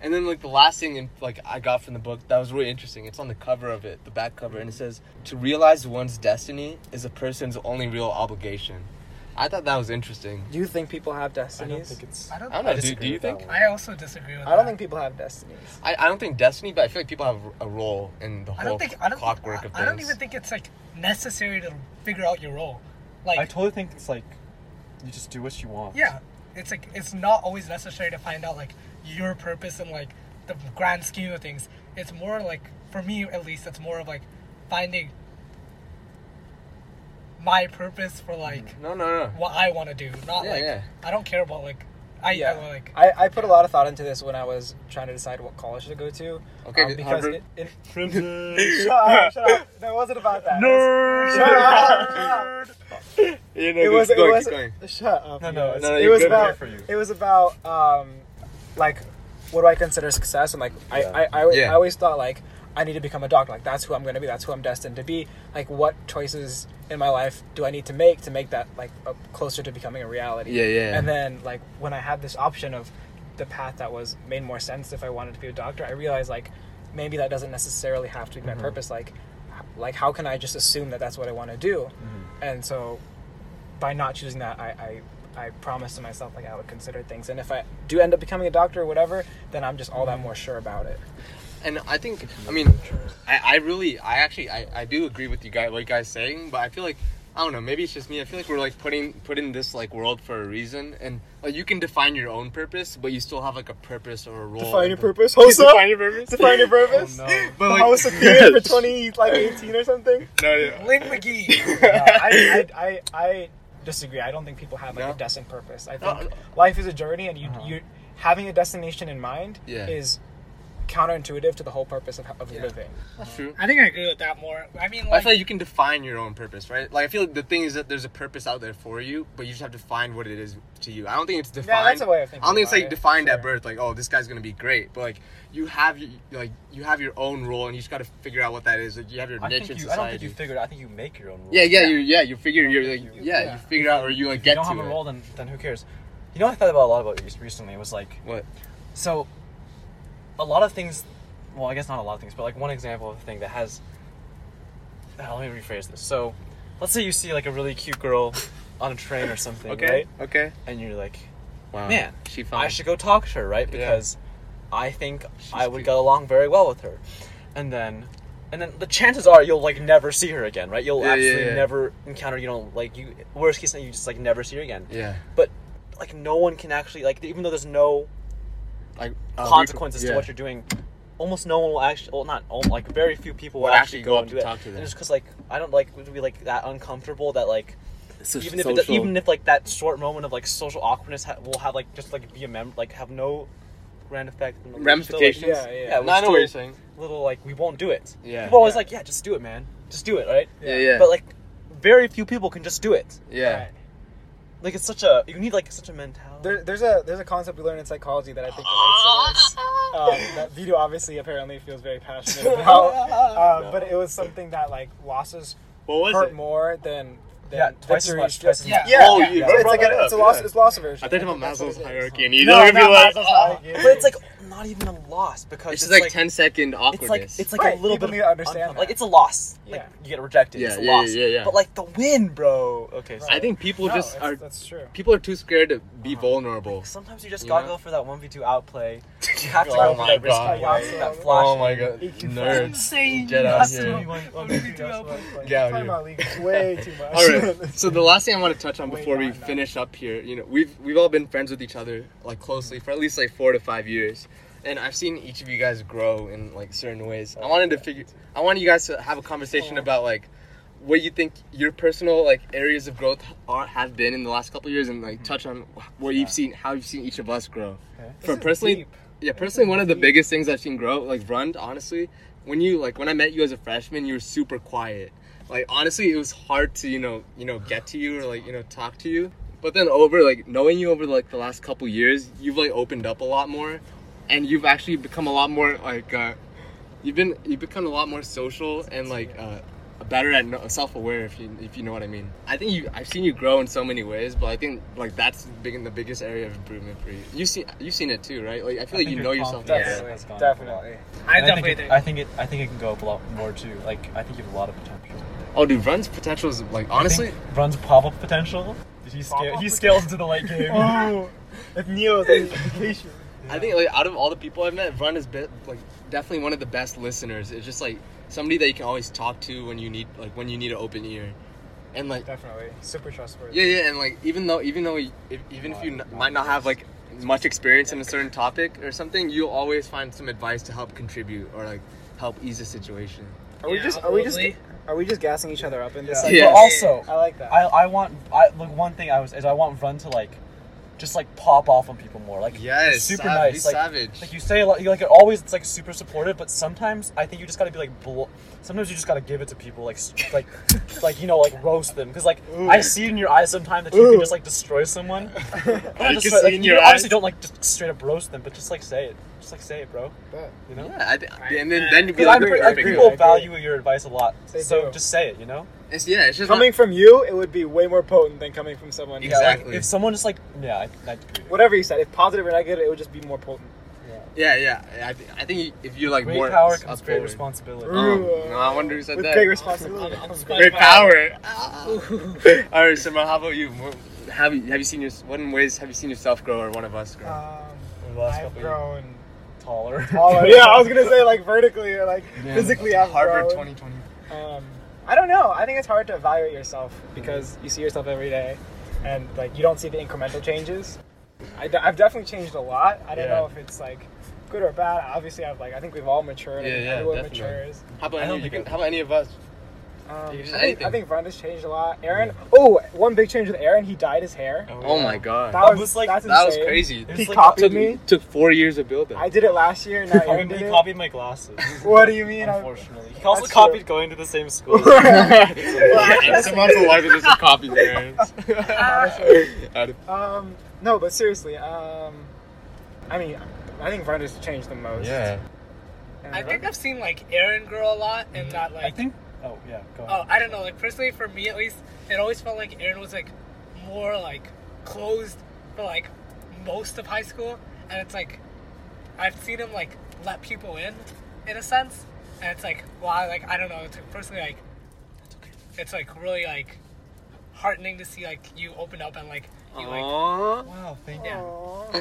Speaker 2: And then like the last thing in- like I got from the book that was really interesting. It's on the cover of it, the back cover, and it says to realize one's destiny is a person's only real obligation. I thought that was interesting.
Speaker 4: Do you think people have
Speaker 6: I don't
Speaker 4: destinies?
Speaker 6: think it's.
Speaker 3: I don't.
Speaker 2: I don't
Speaker 3: I,
Speaker 2: know.
Speaker 6: I
Speaker 2: do,
Speaker 6: disagree
Speaker 2: do you
Speaker 6: with that
Speaker 2: think?
Speaker 6: one.
Speaker 3: also disagree with.
Speaker 4: I don't
Speaker 3: that.
Speaker 4: think people have destinies.
Speaker 2: I, I don't think destiny, but I feel like people have a role in the whole
Speaker 3: I don't think. I don't.
Speaker 2: clockwork of
Speaker 3: I, I
Speaker 2: things.
Speaker 3: don't even think it's like necessary to figure out your role. Like
Speaker 6: I totally think it's like you just do what you want.
Speaker 3: yeah, it's like it's not always necessary to find out like your purpose and like the grand scheme of things. It's more like for me at least, it's more of like finding my purpose for like
Speaker 2: No, no, no.
Speaker 3: what I want to do.
Speaker 2: Mm-hmm.
Speaker 3: Not
Speaker 2: Yeah,
Speaker 3: like
Speaker 2: yeah.
Speaker 3: I don't care about like I
Speaker 4: yeah,
Speaker 3: I, like
Speaker 4: I, I put a lot of thought into this when I was trying to decide what college to go to.
Speaker 2: Okay,
Speaker 4: um, because
Speaker 2: Harvard.
Speaker 4: it, it, shut up, shut up. No, it wasn't about that. Nerd. Shut up. shut up.
Speaker 2: Yeah, no,
Speaker 4: It
Speaker 2: keep
Speaker 4: was. It
Speaker 2: going,
Speaker 4: was.
Speaker 2: keep going.
Speaker 4: Shut up.
Speaker 6: No,
Speaker 4: you
Speaker 6: no,
Speaker 4: guys.
Speaker 6: it's-
Speaker 2: No, no,
Speaker 4: it
Speaker 2: you're
Speaker 4: was
Speaker 2: good. I'm
Speaker 6: here
Speaker 4: about.
Speaker 6: for you.
Speaker 4: It was about um, like, what do I consider success? And like, I, I, I,
Speaker 2: Yeah.
Speaker 4: I always thought like, I need to become a doctor. Like that's who I'm gonna be. That's who I'm destined to be. Like, what choices in my life do I need to make to make that like a, closer to becoming a reality?
Speaker 2: Yeah, yeah.
Speaker 4: And then like when I had this option of the path that was made more sense if I wanted to be a doctor, I realized like maybe that doesn't necessarily have to be my
Speaker 2: Mm-hmm.
Speaker 4: purpose. Like, h- like how can I just assume that that's what I want to do?
Speaker 2: Mm-hmm.
Speaker 4: And so by not choosing that, I, I, I promised to myself like I would consider things, and if I do end up becoming a doctor or whatever, then I'm just all
Speaker 2: Mm-hmm.
Speaker 4: that more sure about it.
Speaker 2: and I think I mean I, I really I actually I, I do agree with you guys what you guys saying, but I feel like I don't know, maybe it's just me. I feel like we're like putting put in this like world for a reason and like you can define your own purpose, but you still have like a purpose or a role. in the-
Speaker 4: purpose. Host
Speaker 2: Oh, Define your purpose. Oh,
Speaker 4: Define your purpose.
Speaker 2: But like,
Speaker 4: twenty, like eighteen or something.
Speaker 2: no, yeah.
Speaker 3: Lynn McGee.
Speaker 4: No, I, I, I, I disagree. I don't think people have like
Speaker 2: No?
Speaker 4: a destined purpose. I
Speaker 2: No, uh,
Speaker 4: think life is a journey, and you
Speaker 6: Uh-huh.
Speaker 4: you having a destination in mind
Speaker 2: Yeah.
Speaker 4: is counterintuitive to the whole purpose of, of living.
Speaker 2: That's true.
Speaker 3: I think I agree with that more. I mean,
Speaker 2: I
Speaker 3: like,
Speaker 2: feel like you can define your own purpose, right? Like I feel like the thing is that there's a purpose out there for you, but you just have to find what it is to you. I don't think it's defined.
Speaker 4: that's a way of thinking
Speaker 2: I don't think it's
Speaker 4: about
Speaker 2: like
Speaker 4: it.
Speaker 2: defined at
Speaker 4: Sure.
Speaker 2: birth, like oh this guy's gonna be great, but like you have your like you have your own role and you just got to figure out what that is. Like you have your
Speaker 6: I
Speaker 2: niche
Speaker 6: think
Speaker 2: in
Speaker 6: you. I
Speaker 2: society.
Speaker 6: don't think you figure it. out. I think you make your own role.
Speaker 2: yeah, yeah, you yeah you figure you're like
Speaker 6: you-
Speaker 2: yeah,
Speaker 4: yeah.
Speaker 2: you figure out or you like
Speaker 6: If you
Speaker 2: get
Speaker 6: don't
Speaker 2: to
Speaker 6: have
Speaker 2: it.
Speaker 6: a role, then then who cares? You know, what I thought about a lot about re- recently. Was like
Speaker 2: What?
Speaker 6: so. A lot of things. Well, I guess not a lot of things, but like one example of a thing that has. Ah, let me rephrase this. So, let's say you see like a really cute girl on a train or something, right?
Speaker 2: Okay.
Speaker 6: And you're like,
Speaker 2: Wow.
Speaker 6: Man,
Speaker 2: she found.
Speaker 6: I should go talk to her, right? Because I think I would
Speaker 2: cute.
Speaker 6: get along very well with her. And then and then the chances are you'll like never see her again, right? You'll
Speaker 2: Yeah, yeah,
Speaker 6: absolutely
Speaker 2: yeah.
Speaker 6: never encounter you don't like you worst case scenario you just like never see her again.
Speaker 2: Yeah.
Speaker 6: But like no one can actually like even though there's no
Speaker 2: Like
Speaker 6: consequences
Speaker 2: yeah.
Speaker 6: to what you're doing. Almost no one will actually, well, not al- like very few people will
Speaker 2: Would
Speaker 6: actually
Speaker 2: actually
Speaker 6: go,
Speaker 2: go up
Speaker 6: and do
Speaker 2: to
Speaker 6: it.
Speaker 2: talk to
Speaker 6: And
Speaker 2: them.
Speaker 6: it's because like I don't like would be like that uncomfortable that like
Speaker 2: So-
Speaker 6: even if it,
Speaker 2: social-
Speaker 6: do- even if like that short moment of like social awkwardness ha- will have like just like be a mem like have no grand effect and we're still, like,
Speaker 2: ramifications.
Speaker 4: Yeah, yeah.
Speaker 6: yeah,
Speaker 2: No, I know what
Speaker 6: we're
Speaker 2: you're
Speaker 6: still
Speaker 2: saying.
Speaker 6: little like we won't do it
Speaker 2: Yeah,
Speaker 6: people are always
Speaker 4: yeah.
Speaker 6: like yeah just do it man just do it right
Speaker 2: Yeah, yeah.
Speaker 6: but like very few people can just do it
Speaker 2: yeah.
Speaker 4: Right.
Speaker 6: like it's such a you need like such a mentality
Speaker 4: There, there's a there's a concept we learn in psychology that I think relates to this. Um, that Vito obviously apparently feels very passionate about, uh, but it was something that like losses
Speaker 2: What was
Speaker 4: hurt more than, than
Speaker 6: yeah twice as
Speaker 4: victories
Speaker 6: much
Speaker 4: just-
Speaker 6: twice as
Speaker 3: Yeah.
Speaker 6: much
Speaker 4: Yeah,
Speaker 2: Oh,
Speaker 4: yeah,
Speaker 2: you
Speaker 4: yeah.
Speaker 2: brought
Speaker 4: it's like
Speaker 2: that
Speaker 4: a, it's a
Speaker 2: up,
Speaker 4: loss,
Speaker 2: yeah.
Speaker 4: it's loss aversion.
Speaker 2: I think about
Speaker 4: that's what
Speaker 2: Maslow's
Speaker 4: it is.
Speaker 2: hierarchy, and you
Speaker 4: No,
Speaker 2: don't be
Speaker 4: not
Speaker 2: like,
Speaker 4: Maslow's
Speaker 6: "Ah." but
Speaker 4: hierarchy.
Speaker 6: it's like not even a loss because
Speaker 2: it's
Speaker 6: it's,
Speaker 2: just like, 10 second
Speaker 6: it's
Speaker 2: awkwardness.
Speaker 6: like it's like
Speaker 4: Right,
Speaker 6: a little
Speaker 4: people
Speaker 6: bit
Speaker 4: need to understand
Speaker 6: uncom- like
Speaker 4: that.
Speaker 6: it's a loss like
Speaker 4: Yeah.
Speaker 6: you get rejected
Speaker 2: Yeah,
Speaker 6: it's a
Speaker 2: yeah,
Speaker 6: loss
Speaker 2: yeah, yeah.
Speaker 6: but like the win bro okay so
Speaker 2: I think people
Speaker 6: oh,
Speaker 4: No,
Speaker 2: just
Speaker 4: it's-
Speaker 2: are.
Speaker 4: That's true.
Speaker 2: People are too scared to be vulnerable.
Speaker 6: Sometimes you just
Speaker 2: You
Speaker 6: gotta
Speaker 2: know?
Speaker 6: go for that one v two outplay. You have to
Speaker 2: Oh
Speaker 6: go for
Speaker 2: my
Speaker 6: that risky
Speaker 2: God.
Speaker 6: one, that
Speaker 4: Oh
Speaker 6: flash.
Speaker 2: god,
Speaker 3: insane.
Speaker 2: Get out
Speaker 3: That's
Speaker 2: here.
Speaker 3: what-
Speaker 6: You want-
Speaker 3: what
Speaker 6: okay,
Speaker 3: we do
Speaker 6: that's
Speaker 3: out
Speaker 6: what-
Speaker 2: Get out
Speaker 4: Talking
Speaker 2: here.
Speaker 4: about league way too much.
Speaker 2: All right. So the last thing I want to touch on
Speaker 4: Way
Speaker 2: before we
Speaker 4: beyond that.
Speaker 2: finish up here, you know, we've we've all been friends with each other like closely for at least like four to five years, and I've seen each of you guys grow in like certain ways. I wanted to figure. I wanted you guys to have a conversation about like what you think your personal like areas of growth are have been in the last couple of years, and
Speaker 4: Mm-hmm.
Speaker 2: like touch on what you've seen, how you've seen each of us grow.
Speaker 4: This
Speaker 2: For
Speaker 4: is
Speaker 2: personally,
Speaker 4: deep.
Speaker 2: yeah, personally, one of the biggest things I've seen grow, like Rund, honestly, when you like when I met you as a freshman, you were super quiet. like honestly, it was hard to you know you know get to you or like you know talk to you. But then over like knowing you over like the last couple years, you've like opened up a lot more, and you've actually become a lot more like uh, you've been you've become a lot more social and like uh, better at no- self-aware if you if you know what I mean. I think you I've seen you grow in so many ways, but I think like that's big the biggest area of improvement for you. You seen you've seen it too, right? Like I feel like you know yourself. better.
Speaker 4: Definitely,
Speaker 8: that's gone.
Speaker 4: definitely.
Speaker 3: I
Speaker 8: And I think
Speaker 3: definitely
Speaker 8: it, I think it. I think it can go up a lot more too. Like I think you have a lot of potential.
Speaker 2: Oh, dude, run's potential is like
Speaker 8: I
Speaker 2: honestly.
Speaker 8: think Run's pop up potential. He, scale, he scales to the late game.
Speaker 4: Oh, it's Neo's education.
Speaker 2: I think like out of all the people I've met, Run is be- like definitely one of the best listeners. It's just like somebody that you can always talk to when you need like when you need an open ear, and like
Speaker 4: Definitely, super trustworthy.
Speaker 2: yeah, yeah, and like even though even though you- if, even if you n- might not have like much experience in a certain topic or something, you'll always find some advice to help contribute or like help ease the situation.
Speaker 4: Are we
Speaker 3: Yeah,
Speaker 4: just? Are we just?
Speaker 3: absolutely.
Speaker 4: Are we just gassing each other up in this?
Speaker 2: Yeah.
Speaker 4: like,
Speaker 8: But also,
Speaker 4: I like that.
Speaker 8: I, I want I like one thing I was is I want Run to like just like pop off on people more. Like
Speaker 2: Yes,
Speaker 8: super
Speaker 2: sav-
Speaker 8: nice.
Speaker 2: be
Speaker 8: like,
Speaker 2: savage.
Speaker 8: like you say a lot. You like you're always it's like super supportive, but sometimes I think you just gotta be like. Bl- sometimes you just gotta give it to people. Like s- like like you know like roast them because like I see it in your eyes sometimes that you can just like destroy someone. Not
Speaker 2: can
Speaker 8: destroy-
Speaker 2: see
Speaker 8: like,
Speaker 2: in
Speaker 8: you
Speaker 2: your
Speaker 8: obviously
Speaker 2: eyes.
Speaker 8: don't like just straight up roast them, but just like say it. Just like say it, bro.
Speaker 4: Bet.
Speaker 8: You know.
Speaker 2: Yeah, I th- and then then you'd be
Speaker 8: Because
Speaker 2: like,
Speaker 8: I'm pretty-
Speaker 2: perfect.
Speaker 8: like,
Speaker 4: agree, I
Speaker 8: people
Speaker 4: agree.
Speaker 8: value your advice a lot,
Speaker 4: They
Speaker 8: so
Speaker 4: do.
Speaker 8: just say it. You know.
Speaker 2: It's- yeah, it's just
Speaker 4: coming from you, it would be way more potent than coming from someone.
Speaker 2: Exactly.
Speaker 4: Yeah, like,
Speaker 8: If someone is like, yeah, I, I agree.
Speaker 4: whatever you said, if positive or negative, it would just be more potent.
Speaker 2: yeah, yeah. I, th- I think you- if you're like
Speaker 8: Great
Speaker 2: more
Speaker 8: power
Speaker 2: up
Speaker 8: comes great
Speaker 2: forward.
Speaker 8: responsibility.
Speaker 4: Mm.
Speaker 2: Um, no, I wonder who said
Speaker 4: With
Speaker 2: that.
Speaker 4: great responsibility.
Speaker 2: Great power. All right, Simran, how about you? What- Have you have you seen your what in ways have you seen yourself grow or one of us grow?
Speaker 4: Um,
Speaker 8: Over the last
Speaker 4: I've
Speaker 8: couple years.
Speaker 4: grown.
Speaker 8: Taller.
Speaker 4: taller. yeah, I was gonna say like vertically or like physically. I've
Speaker 2: Harvard
Speaker 4: grown.
Speaker 2: 2020.
Speaker 4: Um, I don't know. I think it's hard to evaluate yourself because you see yourself every day, and like you don't see the incremental changes. I have definitely changed a lot. I don't
Speaker 8: Yeah.
Speaker 4: know if it's like good or bad. Obviously, I've like I think we've all matured.
Speaker 2: Yeah,
Speaker 4: and
Speaker 2: yeah,
Speaker 4: everyone
Speaker 2: definitely.
Speaker 4: matures.
Speaker 2: How about
Speaker 8: I don't
Speaker 2: any, you
Speaker 8: think
Speaker 2: can,
Speaker 8: I-
Speaker 2: how about any of us?
Speaker 4: Um,
Speaker 2: You just-
Speaker 4: I, think,
Speaker 2: anything.
Speaker 4: I think Brenda's changed a lot. Aaron. Oh, one big change with Aaron. He dyed his hair.
Speaker 2: Oh my god,
Speaker 4: That
Speaker 8: That
Speaker 4: was,
Speaker 8: was, like-
Speaker 4: that's
Speaker 2: that was
Speaker 4: insane.
Speaker 2: crazy.
Speaker 4: He
Speaker 8: It's like-
Speaker 4: copied
Speaker 2: took
Speaker 4: me.
Speaker 2: took four years of build up.
Speaker 4: I did it last year. Now
Speaker 8: I
Speaker 4: Aaron
Speaker 8: mean,
Speaker 4: did
Speaker 8: he
Speaker 4: it.
Speaker 8: copied my glasses.
Speaker 4: What do you mean? I-
Speaker 8: Unfortunately, he also
Speaker 4: That's true.
Speaker 8: copied going to the same school. That's
Speaker 2: and Simran's alive and there's a copy there. Out of-
Speaker 4: Um, no, but seriously, um, I mean, I think Brenda's changed the most.
Speaker 2: yeah.
Speaker 4: And
Speaker 3: I think I've seen like Aaron grow a lot, and that like
Speaker 8: I think. Oh yeah, go ahead.
Speaker 3: oh, I don't know. Like personally, for me at least, it always felt like Aaron was like more like closed for like most of high school, and it's like I've seen him like let people in, in a sense, and it's like wow, like I don't know. It's like, personally like it's like really like heartening to see like you open up and like you like
Speaker 8: wow, thank you.
Speaker 3: yeah.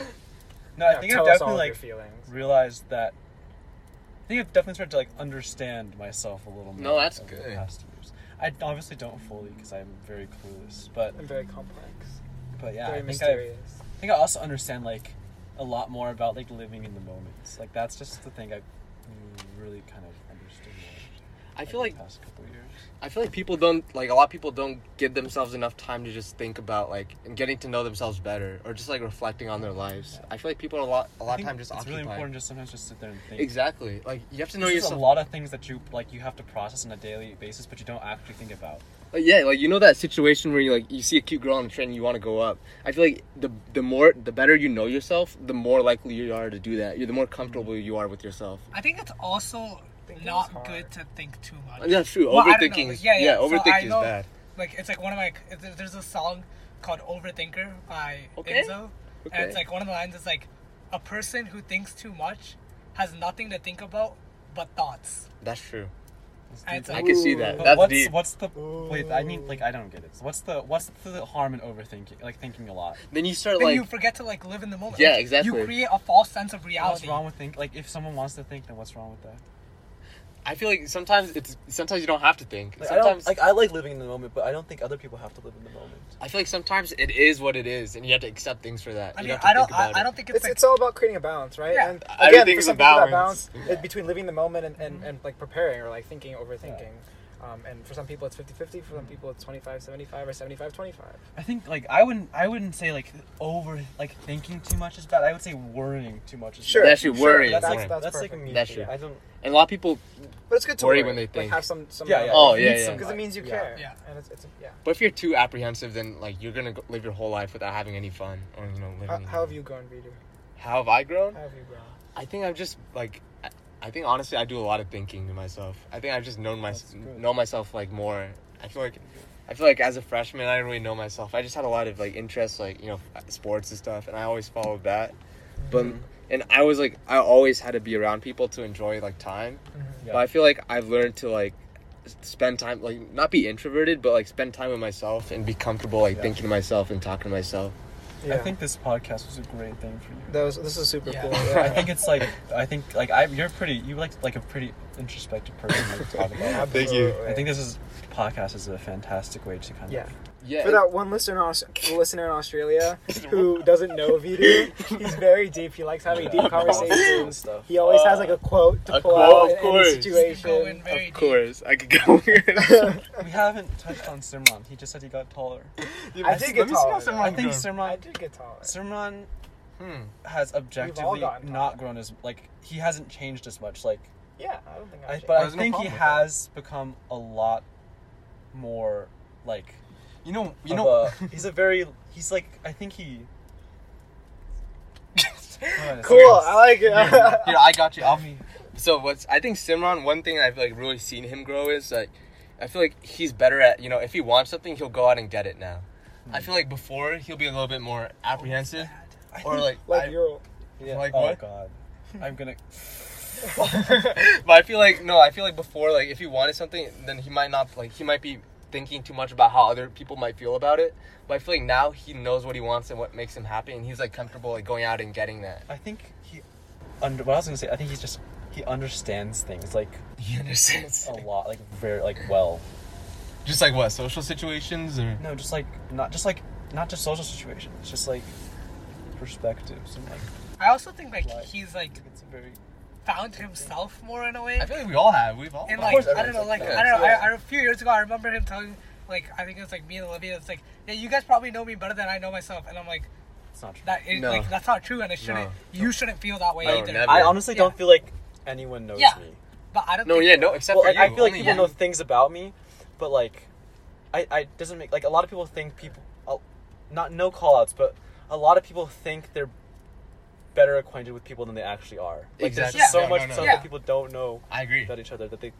Speaker 8: No, I
Speaker 4: Yeah,
Speaker 8: think
Speaker 4: tell
Speaker 8: I've
Speaker 4: us all
Speaker 8: definitely
Speaker 4: of your
Speaker 8: like
Speaker 4: feelings.
Speaker 8: realized that. I think I've definitely started to like understand myself a little more.
Speaker 2: No, that's
Speaker 8: over The
Speaker 2: good.
Speaker 8: past years. I obviously don't fully because I'm very clueless, but
Speaker 4: I'm very complex,
Speaker 8: but
Speaker 4: very
Speaker 8: yeah, I think I've
Speaker 4: mysterious.
Speaker 8: I think I also understand like a lot more about like living in the moments. Like that's just the thing I mm, really kind of understood more.
Speaker 2: I feel like
Speaker 8: the past couple years.
Speaker 2: I feel like people don't like a lot of people don't give themselves enough time to just think about like and getting to know themselves better or just like reflecting on their lives. I feel like people are a lot a
Speaker 8: I
Speaker 2: lot of
Speaker 8: think
Speaker 2: time just
Speaker 8: it's
Speaker 2: occupied.
Speaker 8: really important just sometimes just sit there and think.
Speaker 2: Exactly. Like you have to know
Speaker 8: There's just a
Speaker 2: yourself.
Speaker 8: lot of things that you like you have to process on a daily basis, but you don't actually think about.
Speaker 2: Like, yeah, like you know that situation where you like you see a cute girl on the train and you want to go up. I feel like the the more the better you know yourself, the more likely you are to do that. You're the more comfortable you are with yourself.
Speaker 3: I think it's also
Speaker 4: Thinking's
Speaker 3: not
Speaker 4: hard.
Speaker 3: good to think too much.
Speaker 2: Yeah, true.
Speaker 3: Well, I don't know,
Speaker 2: overthinking.
Speaker 3: like,
Speaker 2: is
Speaker 3: yeah,
Speaker 2: yeah,
Speaker 3: yeah, so I
Speaker 2: overthinking is
Speaker 3: know-
Speaker 2: bad.
Speaker 3: like it's like one of my there- there's a song called overthinker by
Speaker 2: Okay.
Speaker 3: Enzo and
Speaker 2: Okay.
Speaker 3: it's like one of the lines is like a person who thinks too much has nothing to think about but thoughts
Speaker 2: That's true.
Speaker 3: and it's
Speaker 2: I
Speaker 3: like
Speaker 2: can see that.
Speaker 8: But
Speaker 2: That's
Speaker 8: what's
Speaker 2: deep.
Speaker 8: what's the wait? I mean, like I don't get it. So what's the what's the harm in overthinking? Like thinking a lot.
Speaker 2: Then you start
Speaker 3: then
Speaker 2: like
Speaker 3: you forget to like live in the moment
Speaker 2: Yeah,
Speaker 3: Like,
Speaker 2: exactly.
Speaker 3: you create a false sense of
Speaker 8: What's
Speaker 3: reality
Speaker 8: wrong with think? Like if someone wants to think, then what's wrong with that?
Speaker 2: I feel like sometimes it's sometimes you don't have to think.
Speaker 8: Like,
Speaker 2: sometimes
Speaker 8: I don't, like I like living in the moment, but I don't think other people have to live in the moment.
Speaker 2: I feel like sometimes it is what it is, and you have to accept things for that.
Speaker 3: I
Speaker 2: you
Speaker 3: mean
Speaker 2: have to
Speaker 3: I don't
Speaker 2: think about
Speaker 3: I, I
Speaker 2: it.
Speaker 3: don't think it's,
Speaker 4: It's,
Speaker 3: like
Speaker 4: it's all about creating a balance, right?
Speaker 3: Yeah.
Speaker 4: And
Speaker 2: Everything
Speaker 4: for
Speaker 2: is a
Speaker 4: some people, that
Speaker 2: balance.
Speaker 4: balance, it- between living the moment and, and, and like preparing or like thinking, overthinking. Um, and for some people it's 50-50, for some
Speaker 8: Mm.
Speaker 4: people it's 25-75 or 75-25.
Speaker 8: I think like I wouldn't I wouldn't say like over like thinking too much is bad. I would say worrying too much is
Speaker 2: Sure.
Speaker 8: bad.
Speaker 2: That should worry.
Speaker 4: That's,
Speaker 8: like
Speaker 4: that's,
Speaker 8: that's,
Speaker 4: that's,
Speaker 8: like
Speaker 4: perfect.
Speaker 8: me.
Speaker 2: That should-
Speaker 8: I don't.
Speaker 2: And a lot of people.
Speaker 4: But it's good to
Speaker 2: worry
Speaker 4: worry,
Speaker 2: when they think.
Speaker 4: Like have some, some
Speaker 8: Yeah, yeah.
Speaker 2: Oh
Speaker 8: Need
Speaker 2: yeah,
Speaker 8: some-
Speaker 2: yeah.
Speaker 4: Because it means you
Speaker 8: Yeah.
Speaker 4: care.
Speaker 3: Yeah.
Speaker 4: And it's, it's yeah.
Speaker 2: But if you're too apprehensive, then like you're gonna go- live your whole life without having any fun or you know
Speaker 8: Mm.
Speaker 2: living.
Speaker 4: How, how have you grown, Vidu?
Speaker 2: How have I grown?
Speaker 4: How have you grown?
Speaker 2: I think I've just like, I- I think honestly I do a lot of thinking to myself. I think I've just known my know myself like more. I feel like, I feel like as a freshman I didn't really know myself. I just had a lot of like interests like you know sports and stuff, and I always followed that. But and I was like I always had to be around people to enjoy like time. But I feel like I've learned to like s- spend time like not be introverted, but like spend time with myself and be comfortable like thinking to myself and talking to myself.
Speaker 4: Yeah.
Speaker 8: I think this podcast was a great thing for you.
Speaker 4: that was this is super
Speaker 3: Yeah.
Speaker 4: cool.
Speaker 8: I
Speaker 4: Yeah.
Speaker 8: think it's like I think like I you're pretty you like like a pretty introspective person to talk about.
Speaker 2: Thank you.
Speaker 4: Absolutely.
Speaker 8: I think this is podcast is a fantastic way to kind of
Speaker 4: Yeah.
Speaker 2: Yeah.
Speaker 4: For that one listener, in Aus- listener in Australia who doesn't know Vidu, he's very deep. He likes having deep
Speaker 8: and
Speaker 4: conversations.
Speaker 8: stuff.
Speaker 4: He always has like a quote to
Speaker 2: a
Speaker 4: pull
Speaker 2: quote,
Speaker 4: out
Speaker 2: of
Speaker 4: in
Speaker 2: course.
Speaker 4: any
Speaker 3: Go in
Speaker 4: situation.
Speaker 2: of
Speaker 3: very deep.
Speaker 2: course, I could go weird.
Speaker 8: We haven't touched on Simran. He just said he got taller.
Speaker 4: I did get taller. though.
Speaker 8: I think
Speaker 4: Oh, I
Speaker 8: Simran
Speaker 4: did get taller.
Speaker 8: Simran
Speaker 2: Hmm.
Speaker 8: has objectively
Speaker 4: gotten taller.
Speaker 8: not grown as like he hasn't changed as much. Like,
Speaker 4: Yeah, I don't think I.
Speaker 8: I,
Speaker 4: did.
Speaker 8: but I
Speaker 2: There's no
Speaker 8: think he
Speaker 2: problem with that.
Speaker 8: has become a lot more like
Speaker 2: You know, you
Speaker 8: you
Speaker 2: know.
Speaker 8: know he's a very he's like I think he.
Speaker 4: cool. I like it.
Speaker 2: Here, I got you. I'll be. So what's I think Simran one thing I've like really seen him grow is like I feel like he's better at you know if he wants something he'll go out and get it now. I feel like before he'll be a little bit more apprehensive or like
Speaker 4: like
Speaker 2: I-
Speaker 4: you're.
Speaker 2: like
Speaker 8: oh
Speaker 2: what?
Speaker 8: god, I'm gonna.
Speaker 2: but I feel like no I feel like before like if he wanted something then he might not like he might be thinking too much about how other people might feel about it. But I feel like now he knows what he wants and what makes him happy and he's like comfortable like going out and getting that.
Speaker 8: I think he under what I was gonna say. I think he's just he understands things like
Speaker 2: He understands.
Speaker 8: a
Speaker 6: Oh.
Speaker 8: lot, like very like well.
Speaker 2: Just like what social situations or
Speaker 8: No, just like not just like not just social situations, just like perspectives and like
Speaker 3: I also think like
Speaker 8: Like-
Speaker 3: he's like
Speaker 8: it's a very
Speaker 3: found himself more in a way.
Speaker 2: I feel like we all have. We've all.
Speaker 3: And
Speaker 2: Of
Speaker 3: like
Speaker 2: course
Speaker 3: I don't
Speaker 2: everyone's
Speaker 3: know, like
Speaker 2: that.
Speaker 3: I don't know. I, I, a few years ago, I remember him telling like I think it was like me and Olivia. It's like yeah, you guys probably know me better than I know myself, and I'm like
Speaker 8: it's not true.
Speaker 3: that is
Speaker 2: No.
Speaker 3: like that's not true, and it shouldn't.
Speaker 2: No.
Speaker 3: You shouldn't feel that way
Speaker 2: No,
Speaker 3: either.
Speaker 2: never.
Speaker 8: I honestly
Speaker 3: Yeah.
Speaker 8: don't feel like anyone knows
Speaker 3: Yeah.
Speaker 8: me.
Speaker 3: But I don't.
Speaker 2: No,
Speaker 3: think
Speaker 2: yeah, no. Except
Speaker 8: well,
Speaker 2: for
Speaker 8: like,
Speaker 2: you.
Speaker 8: I feel like
Speaker 2: Only
Speaker 8: people
Speaker 2: you.
Speaker 8: know things about me, but like, I, I it doesn't make like a lot of people think people, I'll- not no call outs, but a lot of people think they're better acquainted with people than they actually are. Like, there's
Speaker 2: Exactly.
Speaker 8: just so
Speaker 2: Yeah. No,
Speaker 8: much
Speaker 2: no, no.
Speaker 8: stuff
Speaker 3: Yeah.
Speaker 8: that people don't know
Speaker 2: I agree.
Speaker 8: about each other that they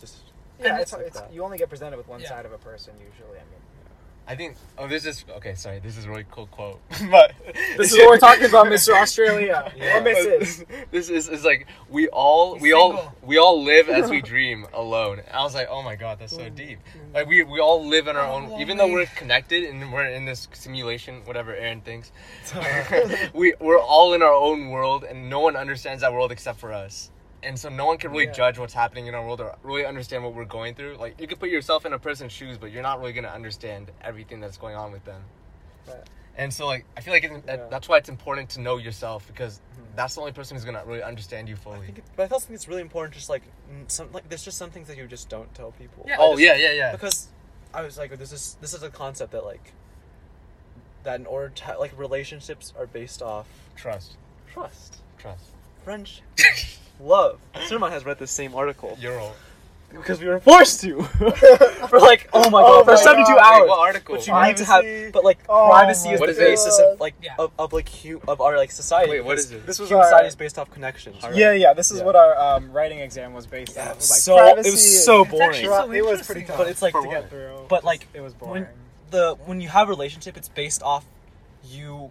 Speaker 8: just.
Speaker 4: Yeah, it's,
Speaker 8: like
Speaker 4: it's
Speaker 8: that.
Speaker 4: you only get presented with one
Speaker 3: Yeah.
Speaker 4: side of a person usually. I mean,
Speaker 2: I think. Oh, this is okay. Sorry, this is a really cool quote. but
Speaker 4: this is what we're talking about, Mr. Australia or Mrs.
Speaker 2: This is, is like we all
Speaker 3: He's
Speaker 2: we all
Speaker 3: single.
Speaker 2: we all live as we dream alone. And I was like, oh my god, that's so deep. Like we we all live in our
Speaker 3: Oh,
Speaker 2: own, even though
Speaker 3: lonely.
Speaker 2: we're connected and we're in this simulation, whatever Aaron thinks. we we're all in our own world, and no one understands that world except for us. And so no one can really
Speaker 4: Yeah.
Speaker 2: judge what's happening in our world or really understand what we're going through. Like you could put yourself in a person's shoes, but you're not really gonna understand everything that's going on with them.
Speaker 4: Right.
Speaker 2: And so like I feel like it,
Speaker 4: Yeah.
Speaker 2: that's why it's important to know yourself because that's the only person who's gonna really understand you fully.
Speaker 8: I think it, but I also think it's really important. Just like mm, some, like there's just some things that you just don't tell people.
Speaker 3: Yeah.
Speaker 2: oh yeah, yeah, yeah.
Speaker 8: because I was like, this is this is a concept that like that in order to like relationships are based off
Speaker 2: Trust,
Speaker 8: trust,
Speaker 2: trust.
Speaker 8: friendship, love. Sermon has read the same article
Speaker 2: You're old.
Speaker 8: because we were forced to for like oh my god
Speaker 4: Oh
Speaker 8: for
Speaker 4: my
Speaker 8: seventy two
Speaker 4: God.
Speaker 8: hours.
Speaker 2: Wait, what article?
Speaker 8: But you need to have, but like
Speaker 4: Oh
Speaker 8: privacy
Speaker 4: my
Speaker 8: is the
Speaker 2: What is it?
Speaker 8: basis of like
Speaker 3: Yeah.
Speaker 8: of, of like hu- of our like society.
Speaker 2: Wait, what
Speaker 8: because
Speaker 2: is it?
Speaker 4: This was
Speaker 8: Human
Speaker 4: our-
Speaker 8: society is based off connections.
Speaker 4: Yeah, yeah. This is
Speaker 8: Yeah.
Speaker 4: what our um, writing exam was based on. It was like
Speaker 8: so
Speaker 4: privacy.
Speaker 8: it was so
Speaker 3: It's actually
Speaker 8: boring.
Speaker 3: so
Speaker 4: It was pretty
Speaker 3: interesting,
Speaker 4: tough.
Speaker 8: but it's like
Speaker 2: For
Speaker 8: to
Speaker 2: what?
Speaker 8: get-
Speaker 4: through.
Speaker 8: But, like,
Speaker 4: it was boring.
Speaker 8: when the when you have a relationship, it's based off you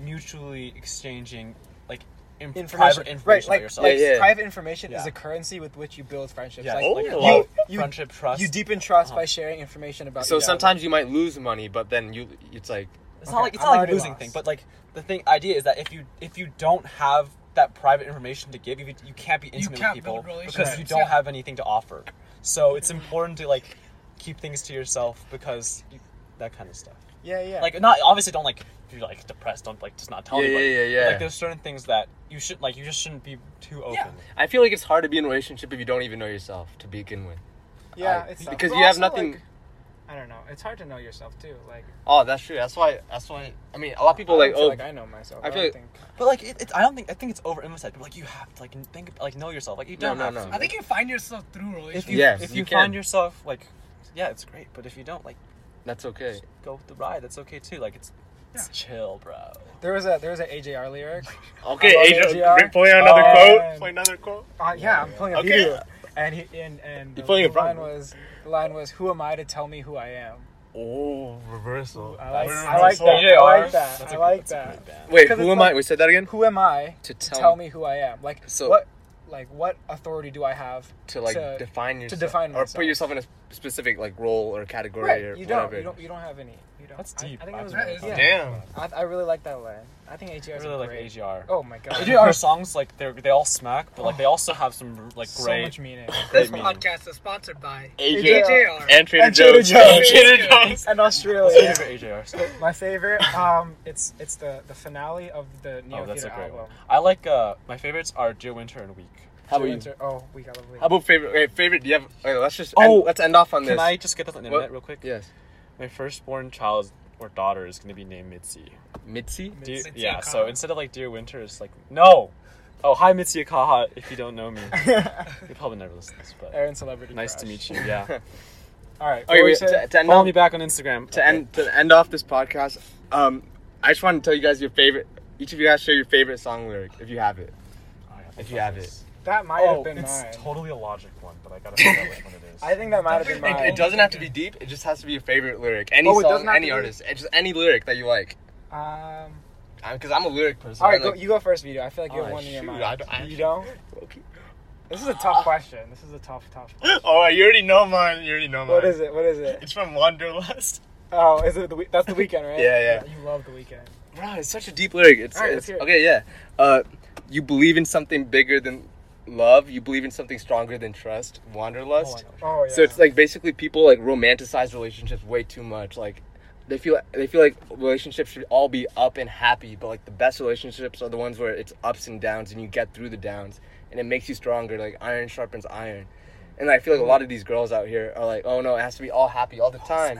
Speaker 8: mutually exchanging like imp-
Speaker 4: Information,
Speaker 8: private information
Speaker 4: right?
Speaker 8: about
Speaker 4: Like,
Speaker 8: yourself.
Speaker 4: like
Speaker 2: Yeah, yeah.
Speaker 4: private information is
Speaker 8: Yeah.
Speaker 4: a currency with which you build friendships.
Speaker 8: yeah,
Speaker 4: Like,
Speaker 8: like,
Speaker 2: Oh.
Speaker 8: love,
Speaker 4: You- you-
Speaker 8: friendship, trust.
Speaker 4: you deepen trust
Speaker 8: Uh-huh.
Speaker 4: by sharing information about.
Speaker 2: So
Speaker 4: each other.
Speaker 2: sometimes you might lose money, but then you it's like
Speaker 8: It's not
Speaker 4: Okay,
Speaker 8: like it's
Speaker 4: I'm
Speaker 8: not like
Speaker 4: already
Speaker 8: losing
Speaker 4: lost.
Speaker 8: thing, but like the thing idea is that if you if you don't have that private information to give, you you can't be intimate
Speaker 3: can't
Speaker 8: with people
Speaker 3: build
Speaker 8: because you
Speaker 3: relationships,
Speaker 8: don't
Speaker 3: yeah.
Speaker 8: have anything to offer. So it's
Speaker 6: Mm-hmm.
Speaker 8: important to like keep things to yourself because you, that kind of stuff.
Speaker 4: yeah, yeah.
Speaker 8: Like not obviously don't like if you're like depressed, don't like just not tell
Speaker 2: Yeah,
Speaker 8: anybody.
Speaker 2: yeah, yeah,
Speaker 8: But,
Speaker 2: yeah.
Speaker 8: like there's certain things that you should like you just shouldn't be too open.
Speaker 3: Yeah.
Speaker 2: I feel like it's hard to be in a relationship if you don't even know yourself to begin with.
Speaker 4: Yeah,
Speaker 2: I-
Speaker 4: it's tough.
Speaker 2: because
Speaker 4: But
Speaker 2: you have
Speaker 4: also,
Speaker 2: nothing.
Speaker 4: like, I don't know. It's hard to know yourself too. Like
Speaker 2: oh, that's true. That's why. That's why. I mean, a lot of people
Speaker 4: I
Speaker 2: like.
Speaker 4: don't feel
Speaker 2: Oh,
Speaker 4: like I know myself.
Speaker 2: I
Speaker 4: I,
Speaker 2: feel
Speaker 4: don't
Speaker 2: like-
Speaker 4: think.
Speaker 6: But like, it, it's I don't think I think it's overemphasized. But like, you have to like think like know yourself. Like you
Speaker 2: No,
Speaker 6: don't.
Speaker 2: no,
Speaker 6: have
Speaker 2: no.
Speaker 6: To.
Speaker 3: I think you find yourself through
Speaker 6: if
Speaker 3: relationships.
Speaker 6: you
Speaker 2: Yes,
Speaker 6: if
Speaker 2: you
Speaker 6: you,
Speaker 2: can.
Speaker 6: find yourself like, yeah, it's great. But if you don't, like,
Speaker 2: that's okay.
Speaker 6: go with the ride. That's okay too. Like it's it's chill, bro.
Speaker 4: There was a there was an AJR lyric.
Speaker 2: Okay,
Speaker 4: I love
Speaker 2: Asia.
Speaker 4: AJR.
Speaker 2: re- Play another
Speaker 4: Um,
Speaker 2: quote. Play another quote.
Speaker 4: Uh, yeah, I'm pulling a
Speaker 2: Okay.
Speaker 4: video. And he and and the,
Speaker 2: pulling a
Speaker 4: the line
Speaker 2: Broadway.
Speaker 4: was the line was who am I to tell me who I am?
Speaker 2: Oh, reversal.
Speaker 4: I like I like that. I
Speaker 6: AJR.
Speaker 4: like that. I like that.
Speaker 2: Wait,
Speaker 4: 'Cause
Speaker 2: who
Speaker 4: it's
Speaker 2: am I?
Speaker 4: like-
Speaker 2: We said that again.
Speaker 4: Who am I
Speaker 2: To
Speaker 4: to
Speaker 2: tell,
Speaker 4: tell me who I am? Like
Speaker 2: So-
Speaker 4: what like what authority do I have
Speaker 2: to like define yourself
Speaker 4: define
Speaker 2: or
Speaker 4: myself.
Speaker 2: put yourself in a specific like role or category or
Speaker 4: Right, you don't,
Speaker 2: whatever.
Speaker 4: you don't, you don't have any. You don't.
Speaker 6: That's
Speaker 4: I-
Speaker 6: deep.
Speaker 4: I, think it was
Speaker 6: I've
Speaker 3: never
Speaker 4: yeah.
Speaker 2: Damn.
Speaker 4: I, I really like that line. I think ATR
Speaker 6: I
Speaker 4: is
Speaker 6: really like
Speaker 4: great.
Speaker 6: AGR.
Speaker 4: Oh my god,
Speaker 6: AGR songs like they they all smack, but like they also have some like
Speaker 4: so
Speaker 6: great.
Speaker 4: much meaning.
Speaker 3: This
Speaker 2: I mean-
Speaker 3: podcast is sponsored by
Speaker 2: AJ
Speaker 3: AJR.
Speaker 2: and Trader
Speaker 4: And Trader
Speaker 2: Joe's.
Speaker 4: Joe's.
Speaker 2: And Trader Joe's.
Speaker 4: and Australia,
Speaker 6: AJR song.
Speaker 4: my favorite. Um, it's it's the the finale of the Neo
Speaker 6: Oh, that's a
Speaker 4: Theater
Speaker 6: great
Speaker 4: album.
Speaker 6: one. I like uh my favorites are Dear Winter and Week.
Speaker 2: How
Speaker 4: Joe
Speaker 2: about you?
Speaker 4: Winter- Oh, we got lovely.
Speaker 2: How about favorite? Wait, favorite? Do you have? Wait, let's just.
Speaker 6: Oh,
Speaker 2: end, let's end off on
Speaker 6: Can
Speaker 2: this.
Speaker 6: I just get that on the
Speaker 2: What-
Speaker 6: internet real quick?
Speaker 2: Yes.
Speaker 6: My firstborn child or daughter is gonna be named Mitzi.
Speaker 2: Mitzi.
Speaker 6: Do you-
Speaker 3: Mitzi
Speaker 6: yeah,
Speaker 3: Akaha.
Speaker 6: so instead of like Dear Winter, it's like no. Oh, hi Mitzi Akaha. If you don't know me, you probably never listen to this, but
Speaker 4: Aaron celebrity.
Speaker 6: nice to meet you. Yeah,
Speaker 4: All right.
Speaker 2: Okay,
Speaker 4: what we
Speaker 2: wait,
Speaker 4: said-
Speaker 2: to, to end
Speaker 6: follow
Speaker 2: off,
Speaker 6: me back on Instagram.
Speaker 2: to end to end off this podcast, um, I just want to tell you guys your favorite. Each of you guys share your favorite song lyric if you have it. If you have it,
Speaker 4: that might have
Speaker 6: Oh,
Speaker 4: been
Speaker 6: it's
Speaker 4: mine.
Speaker 6: totally a logic one, but I gotta figure out which one it is.
Speaker 4: I think that might have been mine.
Speaker 2: it, it doesn't have to be deep. It just has to be your favorite lyric. Any
Speaker 4: Oh, it doesn't
Speaker 2: song,
Speaker 4: have
Speaker 2: any
Speaker 4: to be-
Speaker 2: artist, it's just any lyric that you like.
Speaker 4: Um.
Speaker 2: Because I'm a lyric person.
Speaker 4: All right,
Speaker 2: I
Speaker 4: go,
Speaker 2: like,
Speaker 4: you go first, video. I feel like you have
Speaker 2: Oh,
Speaker 4: one in your
Speaker 2: shoot,
Speaker 4: mind.
Speaker 2: I don't- I
Speaker 4: you
Speaker 2: actually-
Speaker 4: don't.
Speaker 2: Okay.
Speaker 4: This is a tough question. This is a tough, tough.
Speaker 2: Oh, you already know mine. You already know mine.
Speaker 4: What is it? What is it?
Speaker 2: It's from Wanderlust.
Speaker 4: Oh, is it the we- that's the weekend, right?
Speaker 2: Yeah, yeah.
Speaker 4: You love the weekend.
Speaker 2: Bro, it's such a deep lyric. It's,
Speaker 4: All right, let's
Speaker 2: it's
Speaker 4: hear it.
Speaker 2: okay, yeah. Uh, you believe in something bigger than love. You believe in something stronger than trust. Wanderlust.
Speaker 4: Oh yeah.
Speaker 2: So it's like basically people like romanticize relationships way too much. Like they feel they feel like relationships should all be up and happy, but like the best relationships are the ones where it's ups and downs and you get through the downs and it makes you stronger. Like iron sharpens iron. And I feel like a lot of these girls out here are like, "Oh no, it has to be all happy all the time."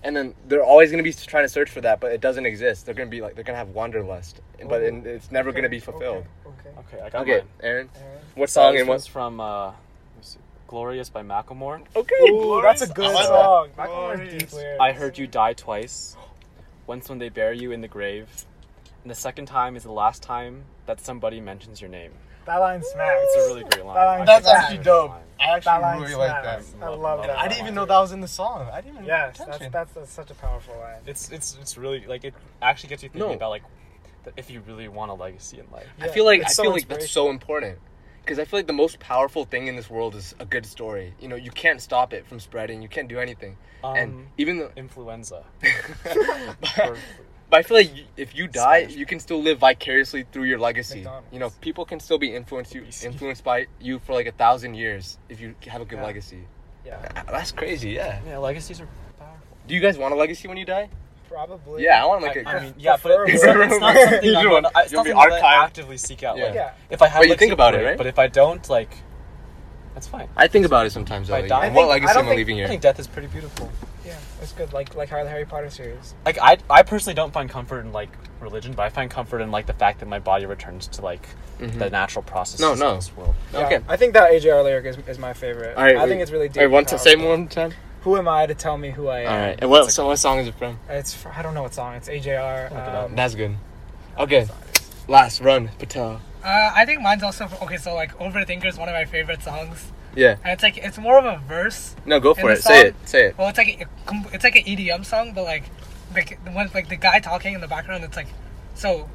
Speaker 2: And then they're always going to be trying to search for that, but it doesn't exist. They're going to be like they're going to have wanderlust, but
Speaker 4: Oh,
Speaker 2: it- it's never going to be fulfilled.
Speaker 4: Okay. okay.
Speaker 6: Okay, I got
Speaker 2: Okay,
Speaker 6: mine.
Speaker 2: Aaron,
Speaker 4: Aaron?
Speaker 2: what song
Speaker 6: This
Speaker 2: and
Speaker 6: one's
Speaker 2: what?
Speaker 6: from uh, let me see, "Glorious" by Macklemore.
Speaker 2: Okay,
Speaker 4: Ooh, that's a
Speaker 2: Glorious.
Speaker 4: good
Speaker 2: I like that.
Speaker 4: song. Macklemore's deep lyrics.
Speaker 6: I heard you die twice. Once when they bury you in the grave, and the second time is the last time that somebody mentions your name.
Speaker 4: that line smacks.
Speaker 6: It's a really great line.
Speaker 4: That line
Speaker 6: I
Speaker 4: That's
Speaker 6: think
Speaker 4: actually
Speaker 6: a great line.
Speaker 2: I
Speaker 4: that line
Speaker 2: actually really like that.
Speaker 4: smacks. I love that.
Speaker 6: I
Speaker 2: I
Speaker 6: didn't
Speaker 2: didn't
Speaker 4: line.
Speaker 2: even know that was in the song. I didn't even.
Speaker 4: Yes, that's, that's that's such a powerful line.
Speaker 6: It's it's it's really like it actually gets you thinking
Speaker 2: No.
Speaker 6: about like th- if you really want a legacy in life.
Speaker 2: I feel like I
Speaker 4: It's so
Speaker 2: feel like that's so important because I feel like the most powerful thing in this world is a good story. You know, you can't stop it from spreading. You can't do anything. and
Speaker 6: Um,
Speaker 2: even though,
Speaker 6: Influenza.
Speaker 2: but,
Speaker 6: Or-
Speaker 2: but I feel like you, if you die,
Speaker 6: Spanish.
Speaker 2: you can still live vicariously through your legacy.
Speaker 4: McDonald's.
Speaker 2: You know, people can still be influenced you influenced by you for like a thousand years if you have a good
Speaker 4: Yeah.
Speaker 2: legacy.
Speaker 4: Yeah,
Speaker 2: That's crazy. Yeah.
Speaker 6: yeah, legacies are powerful.
Speaker 2: Do you guys want a legacy when you die?
Speaker 4: probably.
Speaker 2: Yeah, I want like a
Speaker 6: I mean, yeah, but
Speaker 4: Preferably.
Speaker 6: it's, not- it's not something I'm
Speaker 2: You'll
Speaker 6: gonna, it's
Speaker 2: be
Speaker 6: not something that I
Speaker 2: archived.
Speaker 6: actively seek out. Like,
Speaker 4: Yeah.
Speaker 6: if I have,
Speaker 2: But you
Speaker 6: legacy,
Speaker 2: think about it,
Speaker 6: great,
Speaker 2: right?
Speaker 6: But if I don't, like, that's fine.
Speaker 2: I think about it sometimes. Though,
Speaker 6: By
Speaker 2: like,
Speaker 6: dying-
Speaker 2: what
Speaker 4: I think- I
Speaker 2: legacy
Speaker 4: don't
Speaker 2: am I
Speaker 4: think-
Speaker 2: leaving
Speaker 6: I
Speaker 2: here?
Speaker 6: think death is pretty beautiful.
Speaker 4: yeah, it's good. Like like how the Harry Potter series.
Speaker 6: Like, I, I personally don't find comfort in like religion, but I find comfort in like the fact that my body returns to like the natural processes
Speaker 2: Mm-hmm. No, no.
Speaker 6: of this world.
Speaker 4: Yeah,
Speaker 2: Okay.
Speaker 4: I think that AJR lyric is, is my favorite.
Speaker 2: All right,
Speaker 4: I
Speaker 2: wait.
Speaker 4: think it's really deep.
Speaker 2: Wait, one
Speaker 4: and
Speaker 2: to
Speaker 4: powerful.
Speaker 2: say one time.
Speaker 4: Who am I to tell me who I am?
Speaker 2: All right. And what, so what song is it from?
Speaker 4: It's fr- I don't know what song. It's AJR. Um,
Speaker 2: That's good. Okay. Last run, Patel.
Speaker 3: Uh, I think mine's also okay. So like "Overthinker" is one of my favorite songs,
Speaker 2: Yeah.
Speaker 3: and it's like it's more of a verse.
Speaker 2: No, go
Speaker 3: in
Speaker 2: for
Speaker 3: the
Speaker 2: it. Say it.
Speaker 3: song-
Speaker 2: Say it.
Speaker 3: Well, it's like a, it's like an EDM song, but like like the one like the guy talking in the background. It's like so.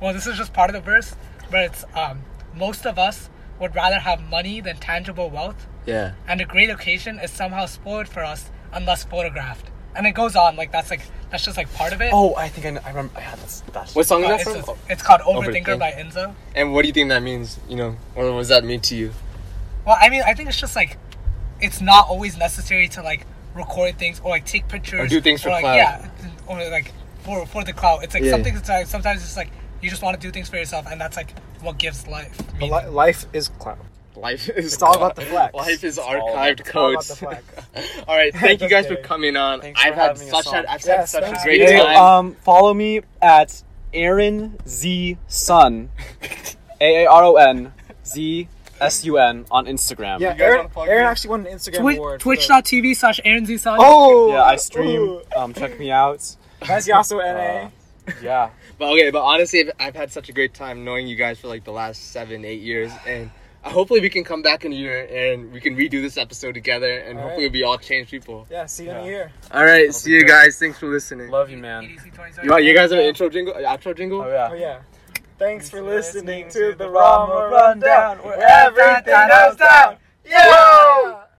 Speaker 3: Well, this is just part of the verse, but it's um, most of us would rather have money than tangible wealth,
Speaker 2: Yeah.
Speaker 3: and a great occasion is somehow spoiled for us unless photographed. And it goes on like that's like that's just like part of it.
Speaker 6: Oh, I think I, know, I remember. I had this. That's
Speaker 2: What song
Speaker 3: Uh,
Speaker 2: is that
Speaker 3: it's,
Speaker 2: from?
Speaker 3: it's, it's called
Speaker 2: Overthink.
Speaker 3: Overthinker by Enzo.
Speaker 2: and what do you think that means? You know, or what does that mean to you?
Speaker 3: Well, I mean, I think it's just like it's not always necessary to like record things or like take pictures
Speaker 2: Or do things for
Speaker 3: like,
Speaker 2: clout.
Speaker 3: Yeah, or like for for the clout. It's like
Speaker 2: Yeah.
Speaker 3: something that's like sometimes it's like you just want to do things for yourself, and that's like what gives life.
Speaker 4: but
Speaker 3: meaning.
Speaker 4: li- life is cloud.
Speaker 2: Life is
Speaker 4: It's all about the flex.
Speaker 2: Life is
Speaker 4: about-
Speaker 2: archived
Speaker 4: it's all about
Speaker 2: codes.
Speaker 4: the
Speaker 2: all right, thank you guys for
Speaker 4: Okay.
Speaker 2: coming on.
Speaker 8: Thanks for
Speaker 2: I've had
Speaker 8: having us
Speaker 2: such
Speaker 8: on.
Speaker 2: a, I've had
Speaker 4: Yes,
Speaker 2: such a
Speaker 4: thank
Speaker 2: great
Speaker 4: you.
Speaker 8: Hey,
Speaker 2: time.
Speaker 8: um, follow me at Aaron Z Sun, A A R O N Z S U N on Instagram.
Speaker 4: Yeah,
Speaker 2: guys
Speaker 4: Aaron,
Speaker 2: wanna plug
Speaker 4: Aaron
Speaker 2: in?
Speaker 4: actually won an Instagram award.
Speaker 3: Twi-
Speaker 4: for the-
Speaker 3: Twitch.tv slash Aaron Z Sonic.
Speaker 4: Oh,
Speaker 8: Yeah, I stream. Um, check me out.
Speaker 4: That's Yasu NA.
Speaker 8: Uh, yeah.
Speaker 2: But okay, but honestly, I've, I've had such a great time knowing you guys for like the last seven, eight years, and uh, hopefully we can come back in a year and we can redo this episode together, and
Speaker 4: All right.
Speaker 2: hopefully we'll be all changed people.
Speaker 4: yeah, see you in a
Speaker 8: Yeah.
Speaker 4: year.
Speaker 2: All right, see you guys. Thanks for listening.
Speaker 8: Love you, man.
Speaker 2: You want you guys have an intro jingle, uh, outro jingle?
Speaker 8: Oh,
Speaker 4: Oh
Speaker 8: yeah.
Speaker 4: yeah. Thanks for listening
Speaker 9: listening
Speaker 4: to
Speaker 9: to
Speaker 4: the
Speaker 9: the
Speaker 4: Rama
Speaker 9: Rama
Speaker 4: Rundown,
Speaker 9: Rundown,
Speaker 4: where everything goes down. Yo!